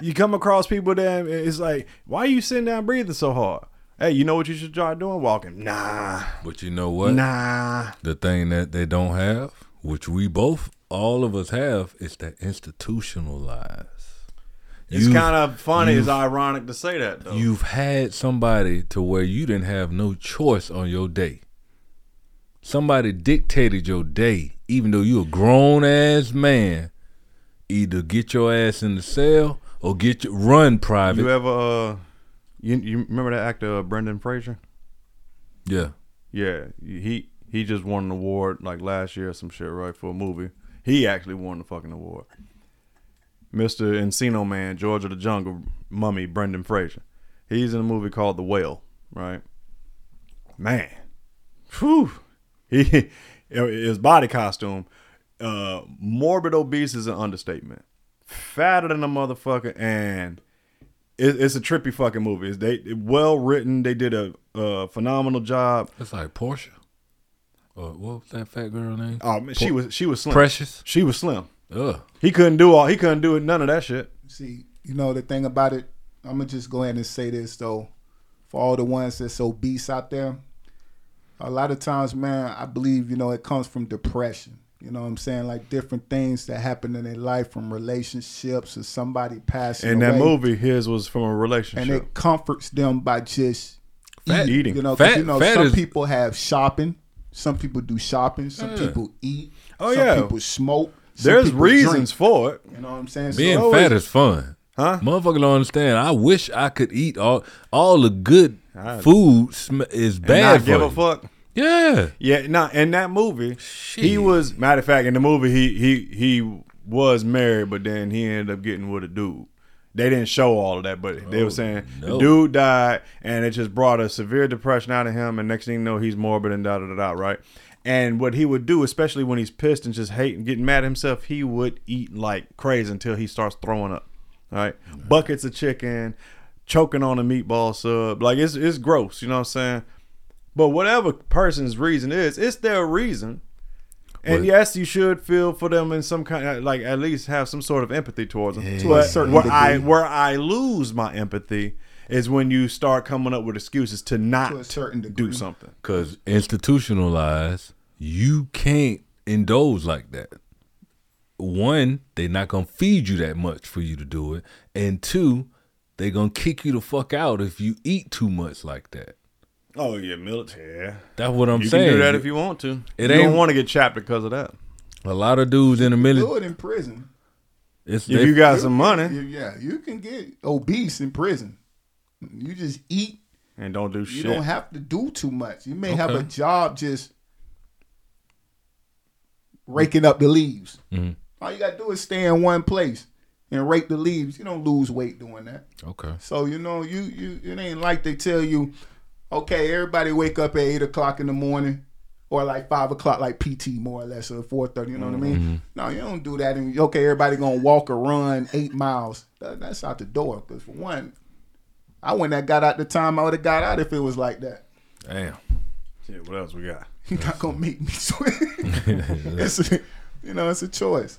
Speaker 5: you come across people that it's like, why you sitting down breathing so hard? Hey, you know what you should try doing? Walking. Nah.
Speaker 1: But you know what?
Speaker 5: Nah.
Speaker 1: The thing that they don't have, which we both, all of us have, is that institutionalized.
Speaker 5: It's
Speaker 1: You've-
Speaker 5: kind of funny. It's
Speaker 1: you've-
Speaker 5: ironic to say that though.
Speaker 1: You've had somebody to where you didn't have no choice on your day. Somebody dictated your day, even though you a grown ass man. Either get your ass in the cell or get your, run private.
Speaker 5: you ever uh you you remember that actor uh, Brendan Fraser?
Speaker 1: yeah,
Speaker 5: Yeah, he he just won an award like last year or some shit, right, for a movie. He actually won the fucking award. Mr. Encino Man, George of the Jungle, Mummy, Brendan Fraser. He's in a movie called The Whale, right? Man, whew. He his body costume, uh, morbid obese is an understatement. Fatter than a motherfucker, and it, it's a trippy fucking movie. It's they well written. They did a, a phenomenal job.
Speaker 1: it's like Portia. Or Uh, what was that fat girl name?
Speaker 5: Oh man, she was she was slim.
Speaker 1: Precious.
Speaker 5: She was slim.
Speaker 1: Ugh.
Speaker 5: He couldn't do all. He couldn't do it. None of that shit.
Speaker 4: See, you know the thing about it. I'm gonna just go ahead and say this though, for all the ones that's obese out there. A lot of times, man, I believe you know it comes from depression. You know what I'm saying? Like different things that happen in their life from relationships or somebody passing
Speaker 5: And
Speaker 4: away.
Speaker 5: that movie, his was from a
Speaker 4: and
Speaker 5: relationship.
Speaker 4: it comforts them by just
Speaker 5: Fat eating.
Speaker 4: You know, 'cause
Speaker 1: Fat-
Speaker 4: you know
Speaker 1: fat
Speaker 4: some
Speaker 1: is-
Speaker 4: people have shopping, some people do shopping, some people eat,
Speaker 5: Oh,
Speaker 4: some
Speaker 5: yeah.
Speaker 4: people smoke. some
Speaker 5: There's
Speaker 4: people
Speaker 5: reasons
Speaker 4: drink.
Speaker 5: for it.
Speaker 4: you know what I'm saying? So-
Speaker 1: Being fat is fun.
Speaker 5: Huh?
Speaker 1: Motherfucker don't understand. I wish I could eat all all the good food sm- is
Speaker 5: And
Speaker 1: bad
Speaker 5: not give
Speaker 1: for
Speaker 5: a
Speaker 1: you.
Speaker 5: fuck.
Speaker 1: Yeah.
Speaker 5: Yeah, nah. In that movie, he
Speaker 1: Shit.
Speaker 5: was matter of fact. In the movie, he he he was married, but then he ended up getting with a dude. They didn't show all of that, but they were saying the
Speaker 1: Oh, no.
Speaker 5: dude died, and it just brought a severe depression out of him. And next thing you know, he's morbid and da da da da. Right. And what he would do, especially when he's pissed and just hating, getting mad at himself, he would eat like crazy until he starts throwing up. All right, buckets of chicken, choking on a meatball sub. Like it's it's gross. You know what I'm saying? But whatever person's reason is, it's their reason. And
Speaker 1: But-
Speaker 5: yes, you should feel for them in some kind, like at least have some sort of empathy towards them.
Speaker 4: To
Speaker 5: But
Speaker 4: a certain
Speaker 5: where
Speaker 4: degree.
Speaker 5: I where I lose my empathy is when you start coming up with excuses to not
Speaker 4: To a certain
Speaker 5: do
Speaker 4: degree.
Speaker 5: something.
Speaker 1: Because institutionalized, you can't indulge like that. One, they not going to feed you that much for you to do it. And two, they going to kick you the fuck out if you eat too much like that.
Speaker 5: Oh yeah, military.
Speaker 1: That's what I'm
Speaker 5: You
Speaker 1: saying.
Speaker 5: can do that if you want to.
Speaker 1: It
Speaker 5: you don't
Speaker 1: ain't-
Speaker 5: want to get chapped because of that.
Speaker 1: A lot of dudes in the
Speaker 4: Do
Speaker 1: military.
Speaker 4: it in prison.
Speaker 1: If
Speaker 5: you got some money
Speaker 4: You- yeah, you can get obese in prison. You just eat.
Speaker 5: and don't do
Speaker 4: You
Speaker 5: Oh, shit,
Speaker 4: don't have to do too much. You may have a
Speaker 1: Okay.
Speaker 4: job just raking up the leaves.
Speaker 1: Mhm.
Speaker 4: All you gotta do is stay in one place and rake the leaves. You don't lose weight doing that.
Speaker 1: okay,
Speaker 4: So you know, you you it ain't like they tell you, okay, everybody wake up at eight o'clock in the morning, or like five o'clock, like PT more or less, or four thirty. You know what I mean? No, you don't do that. And okay, everybody gonna walk or run eight miles. That- that's out the door. Because for one, I wouldn't have got out the time I would have got out if it was like that.
Speaker 1: damn.
Speaker 5: Yeah, what else we got?
Speaker 4: You're not gonna make me sweat. it's a, you know, it's a choice.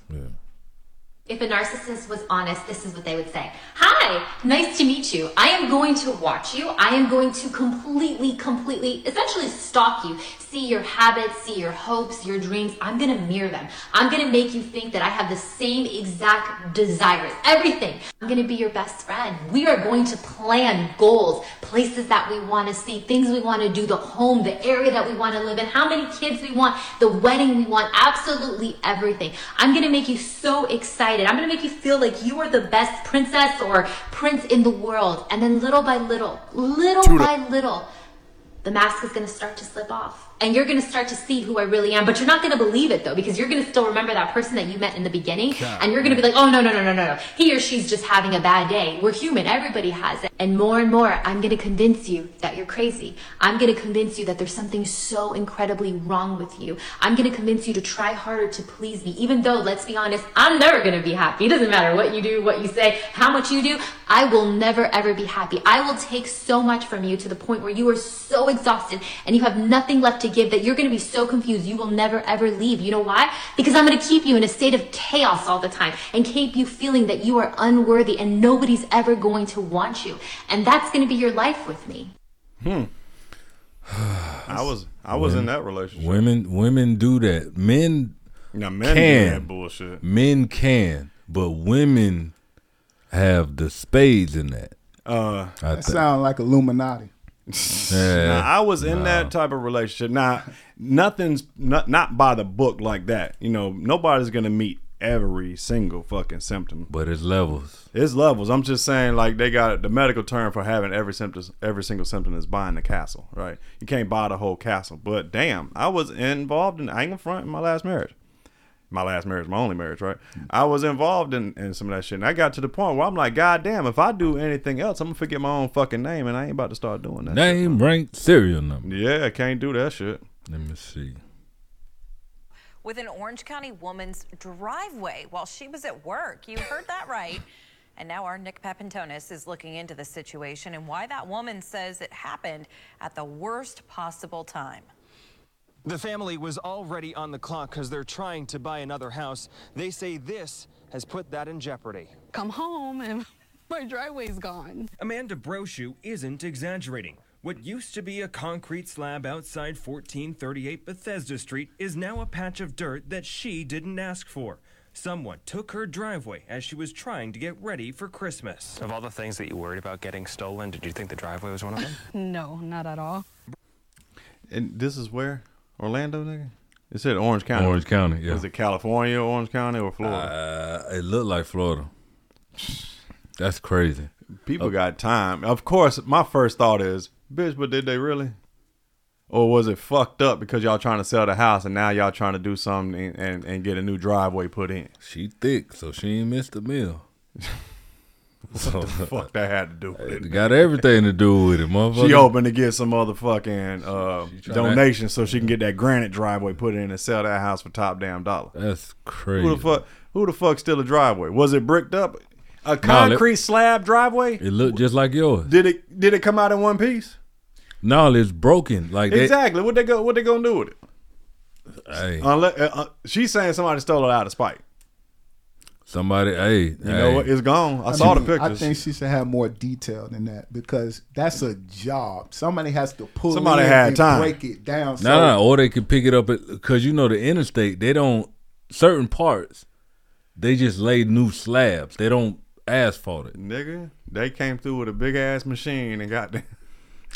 Speaker 13: If a narcissist was honest, this is what they would say Hi, nice to meet you. I am going to watch you. I am going to completely, completely, essentially stalk you, see your habits, see your hopes, your dreams. I'm going to mirror them. I'm going to make you think that I have the same exact desires, everything. I'm going to be your best friend. We are going to plan goals, places that we want to see, things we want to do, the home, the area that we want to live in, how many kids we want, the wedding we want, absolutely everything. I'm going to make you so excited. I'm going to make you feel like you are the best princess or prince in the world. And then little by little, little by little, the mask is going to start to slip off. And you're going to start to see who I really am. But you're not going to believe it, though, because you're going to still remember that person that you met in the beginning. And you're going to be like, oh, no, no, no, no, no, no. He or she's just having a bad day. We're human. Everybody has it. And more and more, I'm going to convince you that you're crazy. I'm going to convince you that there's something so incredibly wrong with you. I'm going to convince you to try harder to please me, even though, let's be honest, I'm never going to be happy. It doesn't matter what you do, what you say, how much you do. I will never, ever be happy. I will take so much from you to the point where you are so exhausted and you have nothing left to give that you're going to be so confused. You will never, ever leave. You know why? Because I'm going to keep you in a state of chaos all the time and keep you feeling that you are unworthy and nobody's ever going to want you. And that's going to be your life with me.
Speaker 5: Hmm. I was I was in that relationship.
Speaker 1: Women, women do that. Men,
Speaker 5: Now men do
Speaker 1: Can.
Speaker 5: that bullshit.
Speaker 1: men can, but women have the spades in that.
Speaker 5: Uh,
Speaker 1: I
Speaker 4: That
Speaker 1: think.
Speaker 4: sound like Illuminati.
Speaker 1: Yeah.
Speaker 5: Now, I was in that type of relationship. Now, nothing's not not by the book like that. You know, nobody's gonna meet every single fucking symptom.
Speaker 1: but it's levels.
Speaker 5: It's levels. I'm just saying, like they got the medical term for having every symptom, every single symptom is buying the castle, right? You can't buy the whole castle. But damn, I was involved in. I ain't gonna front in my last marriage. My last marriage, my only marriage, right? I was involved in, in some of that shit, and I got to the point where I'm like, God damn, if I do anything else, I'm gonna forget my own fucking name, and I ain't about to start doing that. shit.
Speaker 1: Name, rank, serial number.
Speaker 5: Yeah, I can't do that shit.
Speaker 1: Let me see.
Speaker 14: with an Orange County woman's driveway while she was at work. You heard that right. And now our Nick Papantonis is looking into the situation and why that woman says it happened at the worst possible time.
Speaker 15: The family was already on the clock because they're trying to buy another house. They say this has put that in jeopardy.
Speaker 16: Come home and my driveway's gone.
Speaker 15: Amanda Brochu isn't exaggerating. What used to be a concrete slab outside 1438 Bethesda Street is now a patch of dirt that she didn't ask for. Someone took her driveway as she was trying to get ready for Christmas. Of all the things that you worried about getting stolen, did you think the driveway was one
Speaker 17: Uh-huh.
Speaker 15: of them?
Speaker 16: No, not at all.
Speaker 5: And this is where Orlando, nigga. It said Orange County.
Speaker 1: Orange County, yeah.
Speaker 5: Was it California, Orange County, or Florida?
Speaker 1: Uh, it looked like Florida. That's crazy.
Speaker 5: People got time. Of course, my first thought is, bitch, but did they really? Or was it fucked up because y'all trying to sell the house and now y'all trying to do something and, and, and get a new driveway put in?
Speaker 1: She thick, so she ain't missed a meal. so
Speaker 5: Fuck, that had to do with
Speaker 1: it
Speaker 5: it.
Speaker 1: got everything to do with it, motherfucker.
Speaker 5: She hoping to get some motherfucking uh,
Speaker 1: tryna-
Speaker 5: donation so she can get that granite driveway put in and sell that house for top damn dollar.
Speaker 1: That's crazy.
Speaker 5: Who the fuck? Who the fuck still a driveway? Was it bricked up? A concrete slab driveway?
Speaker 1: It looked just like yours.
Speaker 5: Did it? Did it come out in one piece?
Speaker 1: No, it's broken. Like that.
Speaker 5: Exactly. What they go? What they gonna do with it?
Speaker 1: Hey,
Speaker 5: Unless uh, uh, she's saying somebody stole it out of spite.
Speaker 1: somebody. Hey, you
Speaker 5: You know what? It's gone. I, saw
Speaker 4: mean,
Speaker 5: the
Speaker 4: I
Speaker 5: pictures.
Speaker 4: think she should have more detail than that because that's a job. Somebody has to pull.
Speaker 5: Somebody
Speaker 4: in
Speaker 5: had
Speaker 4: and
Speaker 5: time.
Speaker 4: Break it down.
Speaker 1: No, nah, nah, or they could pick it up because you know the interstate. They don't certain parts. They just lay new slabs. They don't asphalt it.
Speaker 5: Nigga, they came through with a big ass machine and got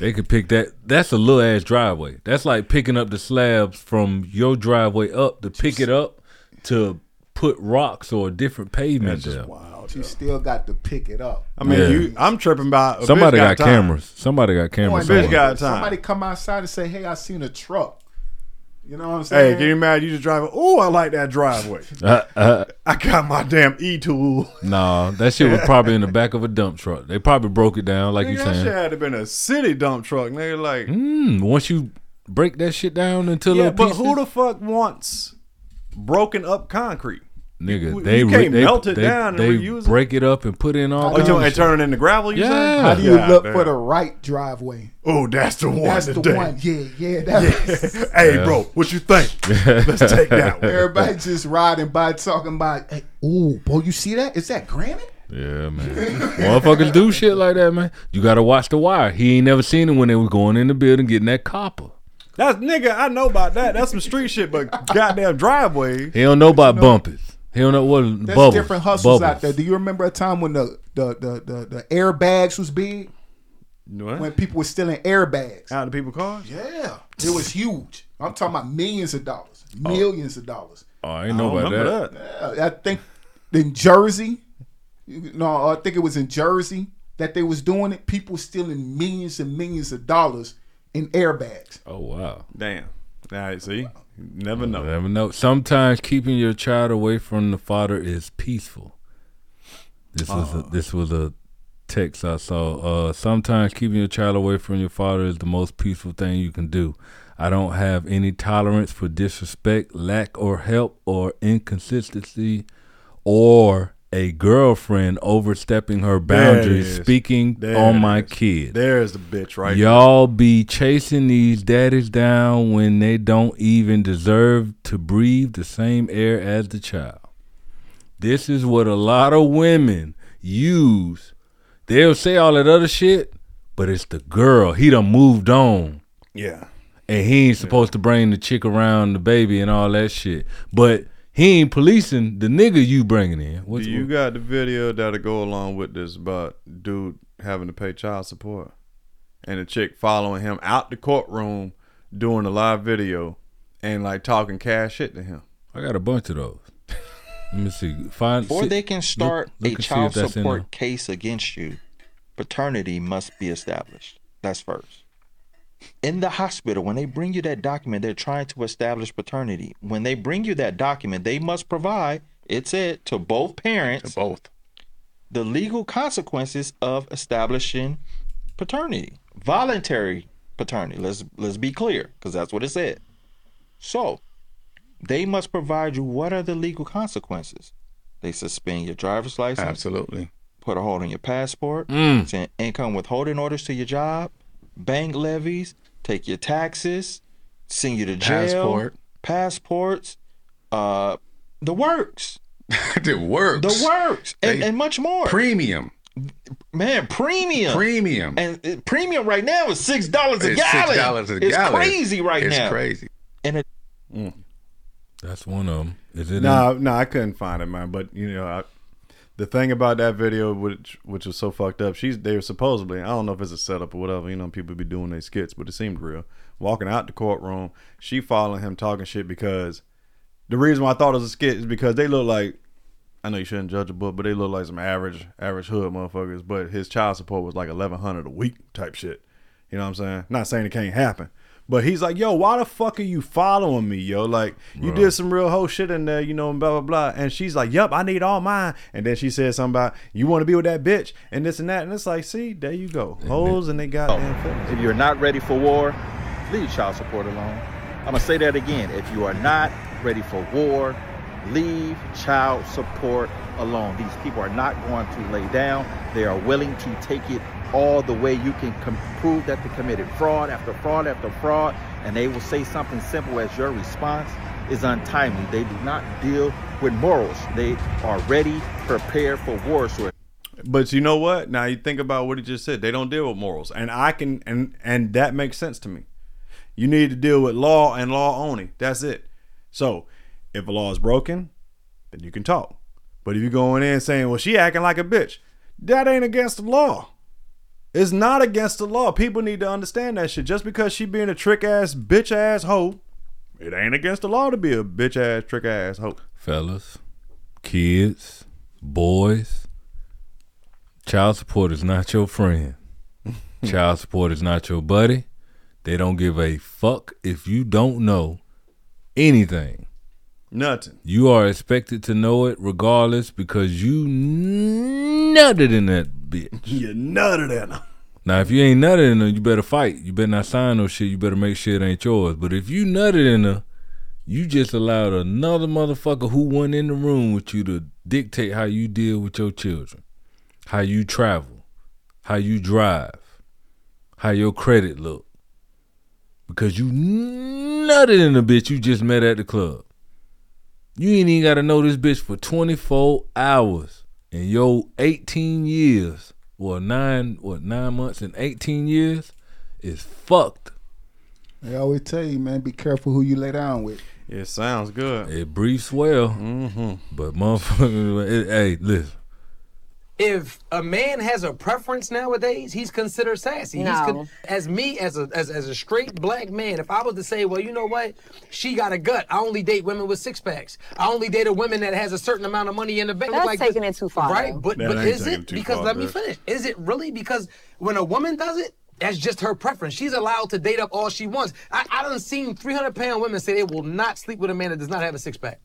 Speaker 1: They could pick that. That's a little ass driveway. That's like picking up the slabs from your driveway up to pick it up to put rocks or a different pavement there.
Speaker 4: She still got to pick it up.
Speaker 5: I mean,
Speaker 1: Yeah.
Speaker 5: you, I'm tripping by. a
Speaker 1: Somebody got,
Speaker 5: bitch time.
Speaker 1: cameras. Somebody got cameras.
Speaker 5: bitch
Speaker 1: somewhere.
Speaker 5: got time.
Speaker 4: Somebody come outside and say, "Hey, I seen a truck." You know what I'm
Speaker 5: Hey,
Speaker 4: saying?
Speaker 5: get you mad? You just driving. Oh, I like that driveway.
Speaker 1: Uh, uh,
Speaker 5: I got my damn e tool.
Speaker 1: nah, that shit was probably in the back of a dump truck. They probably broke it down, like you
Speaker 5: Nigga, that shit
Speaker 1: saying.
Speaker 5: had to been a city dump truck, nigga. Like,
Speaker 1: Mm, once you break that shit down into
Speaker 5: yeah,
Speaker 1: little
Speaker 5: but
Speaker 1: pieces,
Speaker 5: who the fuck wants broken up concrete?
Speaker 1: nigga,
Speaker 5: you
Speaker 1: they
Speaker 5: can't
Speaker 1: re- they,
Speaker 5: melt it
Speaker 1: they-
Speaker 5: down and
Speaker 1: they
Speaker 5: reuse it.
Speaker 1: break it up and put in all.
Speaker 5: Oh, you
Speaker 1: kinds of
Speaker 5: and
Speaker 1: shit.
Speaker 5: turn it into gravel? You
Speaker 1: Yeah.
Speaker 5: saying?
Speaker 4: How do you
Speaker 1: God
Speaker 4: look
Speaker 1: damn.
Speaker 4: for the right driveway?
Speaker 5: Oh, that's the one
Speaker 4: That's the
Speaker 5: today.
Speaker 4: one. Yeah, yeah. That's
Speaker 5: Hey, bro, what you think? Let's take that one.
Speaker 4: Everybody just riding by talking about, hey, ooh, boy, you see that? Is that granite?
Speaker 1: Yeah, man. Motherfuckers do shit like that, man. You gotta watch the wire. He ain't never seen it when they was going in the building getting that copper.
Speaker 5: That's nigga, I know about that. That's some street shit, but goddamn driveway.
Speaker 1: He don't know about bumpers. He don't know what
Speaker 4: There's
Speaker 1: bubbles.
Speaker 4: different hustles out there. Do you remember a time when the the the the, the airbags was big?
Speaker 5: What?
Speaker 4: When people were stealing airbags
Speaker 5: out of people's cars?
Speaker 4: Yeah, it was huge. I'm talking about millions of dollars,
Speaker 5: Oh.
Speaker 4: millions of dollars.
Speaker 1: Oh, I ain't know about that.
Speaker 4: Yeah, I think in Jersey, you no, I think it was in Jersey that they was doing it. People stealing millions and millions of dollars in airbags.
Speaker 1: Oh wow.
Speaker 5: Damn. All right, see? Never know.
Speaker 1: Never know. Sometimes keeping your child away from the father is peaceful. This was
Speaker 5: Uh.
Speaker 1: a, this was a text I saw. Uh, sometimes keeping your child away from your father is the most peaceful thing you can do. I don't have any tolerance for disrespect, lack or help, or inconsistency, or a girlfriend overstepping her
Speaker 5: There it
Speaker 1: boundaries,
Speaker 5: is.
Speaker 1: speaking
Speaker 5: There
Speaker 1: on
Speaker 5: it
Speaker 1: my
Speaker 5: is.
Speaker 1: kid.
Speaker 5: There's the bitch right
Speaker 1: Y'all be chasing these daddies down when they don't even deserve to breathe the same air as the child. This is what a lot of women use. They'll say all that other shit, but it's the girl. He done moved on.
Speaker 5: Yeah.
Speaker 1: And he ain't supposed to bring the chick around the baby and all that shit. But he ain't policing the nigga you bringing in. What's,
Speaker 5: Do you got the video that'll go along with this about dude having to pay child support and a chick following him out the courtroom doing a live video and like talking cash shit to him?
Speaker 1: I got a bunch of those. Let me see. Find
Speaker 6: Or
Speaker 1: see-
Speaker 6: they can
Speaker 1: look-
Speaker 6: start
Speaker 1: look
Speaker 6: a
Speaker 1: and see
Speaker 6: child
Speaker 1: if that's in there.
Speaker 6: support case against you. Paternity must be established. That's first. In the hospital, when they bring you that document, they're trying to establish paternity. When they bring you that document, they must provide, it said, to both parents. both. The legal consequences of establishing paternity. Voluntary paternity. Let's let's be clear, because that's what it said. So they must provide you what are the legal consequences. They suspend your driver's license. Absolutely. Put a hold on your passport.
Speaker 1: Mm.
Speaker 6: Send income withholding orders to your job. Bank levies. Take your taxes. Send you to jail.
Speaker 17: Passport.
Speaker 6: Passports. Uh, the works.
Speaker 17: the works.
Speaker 6: The works. And,
Speaker 17: They-
Speaker 6: and much more.
Speaker 17: Premium.
Speaker 6: Man, premium.
Speaker 17: Premium.
Speaker 6: And uh, premium right now is $6 a
Speaker 17: It's
Speaker 6: gallon.
Speaker 17: $6 a
Speaker 6: It's
Speaker 17: gallon.
Speaker 6: crazy right
Speaker 17: It's
Speaker 6: now.
Speaker 17: crazy.
Speaker 6: And it,
Speaker 1: Mm. That's one of them. Is it? in-
Speaker 5: No, no, I couldn't find it, man. But you know, I, the thing about that video, which which was so fucked up, she's they were supposedly I don't know if it's a setup or whatever. You know, people be doing their skits, but it seemed real. Walking out the courtroom, she following him talking shit because the reason why I thought it was a skit is because they look like I know you shouldn't judge a book, but they look like some average average hood motherfuckers. But his child support was like eleven hundred a week type shit. You know what I'm saying? Not saying it can't happen. But he's like, yo, why the fuck are you following me, yo? Like, you
Speaker 1: Right.
Speaker 5: did some real whole shit in there, you know, and blah, blah, blah. And she's like, yup, I need all mine. And then she said something about, you want to be with that bitch, and this and that. And it's like, see, there you go. Holes and they goddamn feelings.
Speaker 18: If you're not ready for war, leave child support alone. I'm gonna say that again. If you are not ready for war, leave child support alone. These people are not going to lay down. They are willing to take it all the way. You can com- prove that they committed fraud after fraud after fraud, and they will say something simple as your response is untimely. They do not deal with morals. They are ready, prepared for war. So if
Speaker 5: But you know what? Now you think about what he just said. They don't deal with morals, and I can and and that makes sense to me. You need to deal with law and law only. That's it. So if a law is broken, then you can talk. But if you're going in saying, "Well, she acting like a bitch," that ain't against the law. It's not against the law. People need to understand that shit. Just because she being a trick ass bitch ass hoe, It ain't against the law to be a bitch ass, trick ass hoe.
Speaker 1: fellas, kids, boys. Child support is not your friend. Child support is not your buddy. They don't give a fuck if you don't know anything.
Speaker 5: Nothing.
Speaker 1: You are expected to know it regardless because you nutted in that bitch.
Speaker 5: You nutted at them.
Speaker 1: Now, if you ain't nutted in her, you better fight. You better not sign no shit. You better make sure it ain't yours. But if you nutted in her, you just allowed another motherfucker who wasn't in the room with you to dictate how you deal with your children, how you travel, how you drive, how your credit look. Because you nutted in the bitch you just met at the club. You ain't even got to know this bitch for 24 hours. And your 18 years, or nine, what, nine months and 18 years is fucked.
Speaker 4: They always tell you, man, be careful who you lay down with.
Speaker 5: It sounds good.
Speaker 1: It breathes well. Mm-hmm. But motherfucker, it- hey, listen.
Speaker 17: if a man has a preference nowadays, he's considered sassy. He's
Speaker 2: No.
Speaker 17: con- as me, as a as, as a straight black man, if I was to say, well, you know what, she got a gut. I only date women with six packs. I only date a woman that has a certain amount of money in the bank.
Speaker 2: That's
Speaker 17: like
Speaker 2: taking
Speaker 17: this.
Speaker 2: it too far,
Speaker 17: right?
Speaker 2: though.
Speaker 17: But
Speaker 2: That
Speaker 17: but
Speaker 2: ain't
Speaker 17: is
Speaker 2: taking
Speaker 17: it?
Speaker 2: it too
Speaker 17: Because
Speaker 2: far,
Speaker 17: let me
Speaker 2: bitch.
Speaker 17: finish. Is it really? Because when a woman does it. That's just her preference. She's allowed to date up all she wants. I, I done seen 300 pound women say they will not sleep with a man that does not have a six pack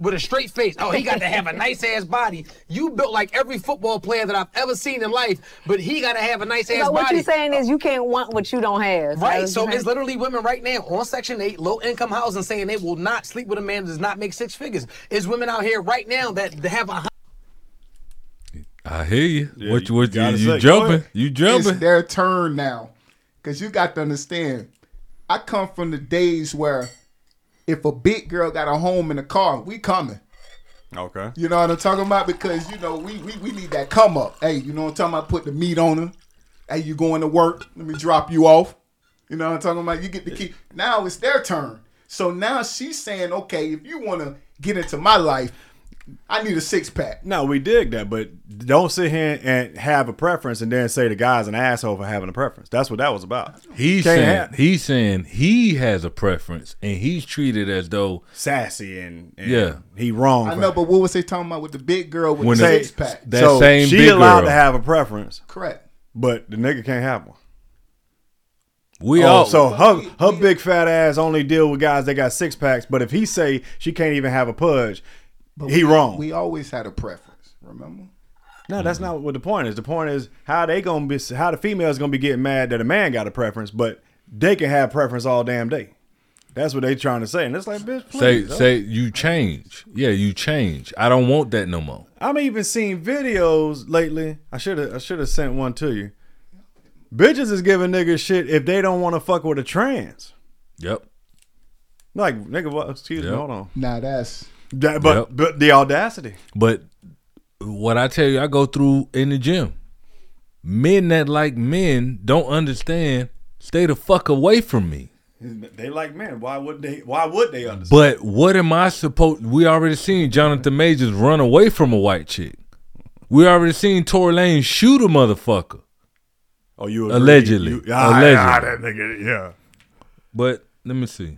Speaker 17: with a straight face. Oh, he got to have a nice ass body. You built like every football player that I've ever seen in life, but he got to have a nice ass
Speaker 2: So what
Speaker 17: body.
Speaker 2: you're saying is you can't want what you don't have.
Speaker 17: Right,
Speaker 2: That's
Speaker 17: so
Speaker 2: what you're
Speaker 17: it's literally women right now on Section 8, low income housing, saying they will not sleep with a man that does not make six figures. It's women out here right now that that have a
Speaker 1: I hear you. what you, what you,
Speaker 4: gotta
Speaker 1: you
Speaker 4: say, go
Speaker 1: jumping?
Speaker 4: ahead.
Speaker 1: You jumping?
Speaker 4: It's their turn now. Because you got to understand, I come from the days where if a big girl got a home and a car, we coming.
Speaker 5: Okay.
Speaker 4: You know what I'm talking about? Because, you know, we, we, we need that come up. Hey, you know what I'm talking about? Put the meat on her. Hey, you going to work? Let me drop you off. You know what I'm talking about? You get to keep. Now it's their turn. So now she's saying, okay, if you want to get into my life, I need a six pack.
Speaker 5: No, we dig that, but don't sit here and have a preference and then say the guy's an asshole for having a preference. That's what that was about.
Speaker 1: He's
Speaker 5: Can't
Speaker 1: saying
Speaker 5: have-
Speaker 1: he's saying he has a preference, and he's treated as though
Speaker 5: sassy and, and
Speaker 1: yeah,
Speaker 5: he wrong.
Speaker 4: I know, but what was they talking about with the big girl with
Speaker 1: When
Speaker 4: the
Speaker 1: the-
Speaker 4: six pack?
Speaker 1: that same
Speaker 5: she
Speaker 1: big
Speaker 5: allowed
Speaker 1: girl.
Speaker 5: to have a preference,
Speaker 4: Correct.
Speaker 5: but the nigga can't have one.
Speaker 1: We
Speaker 5: Oh,
Speaker 1: all
Speaker 5: so her her big fat ass only deal with guys that got six packs. But if he say she can't even have a pudge, he
Speaker 4: we-
Speaker 5: wrong.
Speaker 4: We always had a preference. Remember?
Speaker 5: No, that's not what the point is. The point is how they gonna be how the female's gonna be getting mad that a man got a preference, but they can have preference all damn day. That's what they trying to say, and it's like, bitch,
Speaker 1: say
Speaker 5: please. dog.
Speaker 1: say you change. Yeah, you change. I don't want that no more.
Speaker 5: I'm even seeing videos lately. I should have I should have sent one to you. Bitches is giving niggas shit if they don't want to fuck with a trans.
Speaker 1: Yep.
Speaker 5: Like nigga, what? Excuse me,
Speaker 1: Yep.
Speaker 5: hold on.
Speaker 4: Nah, that's
Speaker 5: That- but but the audacity.
Speaker 1: But what I tell you, I go through in the gym. Men that like men don't understand. Stay the fuck away from me.
Speaker 5: They like men. Why would they? Why would they understand?
Speaker 1: But what am I supposed? We already seen Jonathan Majors run away from a white chick. We already seen Tory Lane shoot a motherfucker.
Speaker 5: Oh, you agree.
Speaker 1: allegedly,
Speaker 5: You- ah,
Speaker 1: allegedly.
Speaker 5: ah, that nigga, yeah.
Speaker 1: But let me see.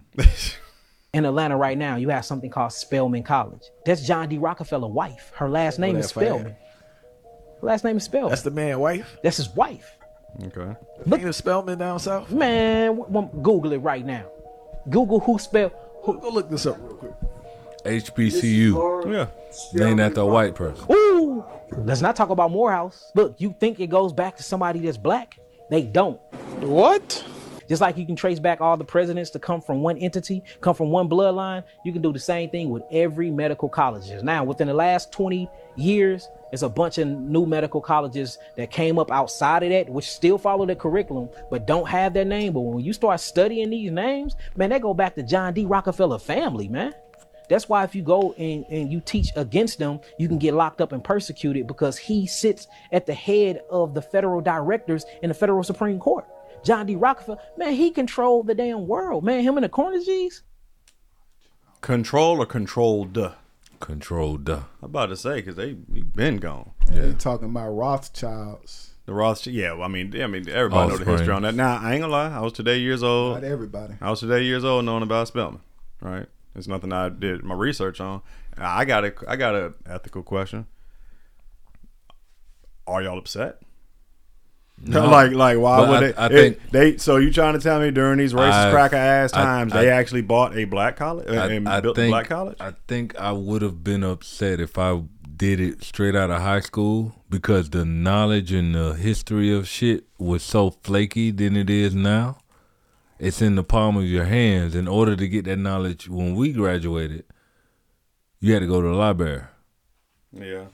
Speaker 19: in Atlanta right now, you have something called Spelman College. That's John D. Rockefeller's wife. Her last name
Speaker 20: Where
Speaker 19: is
Speaker 20: that fight at?
Speaker 19: Spelman. Her last name is Spelman. That's
Speaker 20: the man wife?
Speaker 19: That's his wife.
Speaker 5: Okay.
Speaker 19: Ain't a Spelman down south? Man, w- w- Google it right now. Google who spell. Who, Go look this up real quick.
Speaker 1: HBCU.
Speaker 5: Yeah.
Speaker 1: Named after a white person.
Speaker 19: Ooh, let's not talk about Morehouse. Look, you think it goes back to somebody that's black? They don't. What? Just like you can trace back all the presidents to come from one entity, come from one bloodline, you can do the same thing with every medical college. Now, within the last 20 years, there's a bunch of new medical colleges that came up outside of that, which still follow the curriculum, but don't have their name. But when you start studying these names, man, they go back to John D. Rockefeller family, man. That's why if you go and, and you teach against them, you can get locked up and persecuted because he sits at the head of the federal directors in the federal Supreme Court. John D. Rockefeller, man, he controlled the damn world. Man, him and the corner G's.
Speaker 5: Control or controlled?
Speaker 1: Control duh.
Speaker 5: I'm about to say because they he been gone.
Speaker 4: They talking about Rothschilds.
Speaker 5: The Rothschild. Yeah, well, I mean, I mean,
Speaker 1: Oh,
Speaker 5: everybody know the
Speaker 4: Offspring.
Speaker 5: history on that. Now, I ain't gonna lie. I was today years old.
Speaker 4: Not everybody.
Speaker 5: I was today years old knowing about Spelman. right? It's nothing I did my research on. I got a I got a ethical question. Are y'all upset?
Speaker 1: No.
Speaker 5: like like why
Speaker 1: But
Speaker 5: would
Speaker 1: I-
Speaker 5: they?
Speaker 1: I
Speaker 5: it-
Speaker 1: think-
Speaker 5: they so you trying to tell me during these racist
Speaker 1: I-
Speaker 5: cracker ass
Speaker 1: I-
Speaker 5: times
Speaker 1: I-
Speaker 5: they actually bought a black college uh, and built a black college?
Speaker 1: I think I would have been upset if I did it straight out of high school because the knowledge and the history of shit was so flaky than it is now. It's in the palm of your hands. In order to get that knowledge, when we graduated, you had to go to the library.
Speaker 5: Yeah.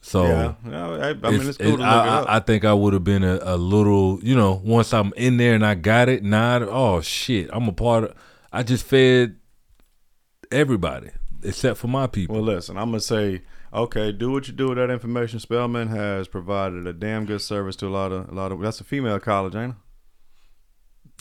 Speaker 1: So
Speaker 5: Yeah. No, I- I mean, it's cool to look it
Speaker 1: I, I-
Speaker 5: up.
Speaker 1: I think I would have been a, a little, you know, once I'm in there and I got it, not oh shit, I'm a part of. I just fed everybody except for my people.
Speaker 5: Well, listen, I'm gonna say, okay, do what you do with that information. Spellman has provided a damn good service to a lot of a lot of. That's a female college, ain't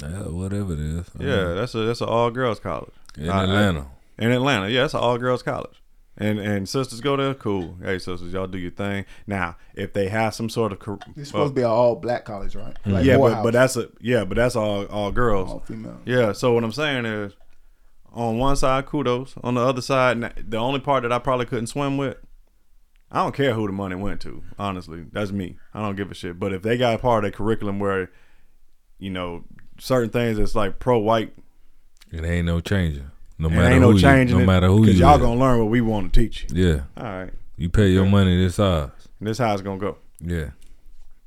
Speaker 1: Yeah, whatever it is.
Speaker 5: it? Yeah, that's a that's an all girls college
Speaker 1: In
Speaker 5: I- I-
Speaker 1: Atlanta.
Speaker 5: in Atlanta, yeah, that's an all girls college. And and sisters go there, cool. Hey, sisters, y'all do your thing. Now, if they have some sort of cor-
Speaker 4: It's supposed to be an all black college, right?
Speaker 1: Mm.
Speaker 4: Like
Speaker 5: yeah, but,
Speaker 4: Morehouse.
Speaker 5: but that's a yeah, but that's all all girls, all
Speaker 4: females.
Speaker 5: Yeah, so what I'm saying is, on one side kudos, on the other side, n- the only part that I probably couldn't swim with, I don't care who the money went to. Honestly, that's me. I don't give a shit. But if they got a part of the curriculum where, you know, certain things that's like pro white,
Speaker 1: It ain't no changing. No
Speaker 5: It
Speaker 1: matter
Speaker 5: ain't no
Speaker 1: who you,
Speaker 5: changing
Speaker 1: No
Speaker 5: it,
Speaker 1: matter who
Speaker 5: 'cause
Speaker 1: you.
Speaker 5: y'all
Speaker 1: is.
Speaker 5: gonna learn what we wanna teach you.
Speaker 1: Yeah.
Speaker 5: All right.
Speaker 1: You pay your money this size.
Speaker 5: this how it's gonna go.
Speaker 1: Yeah.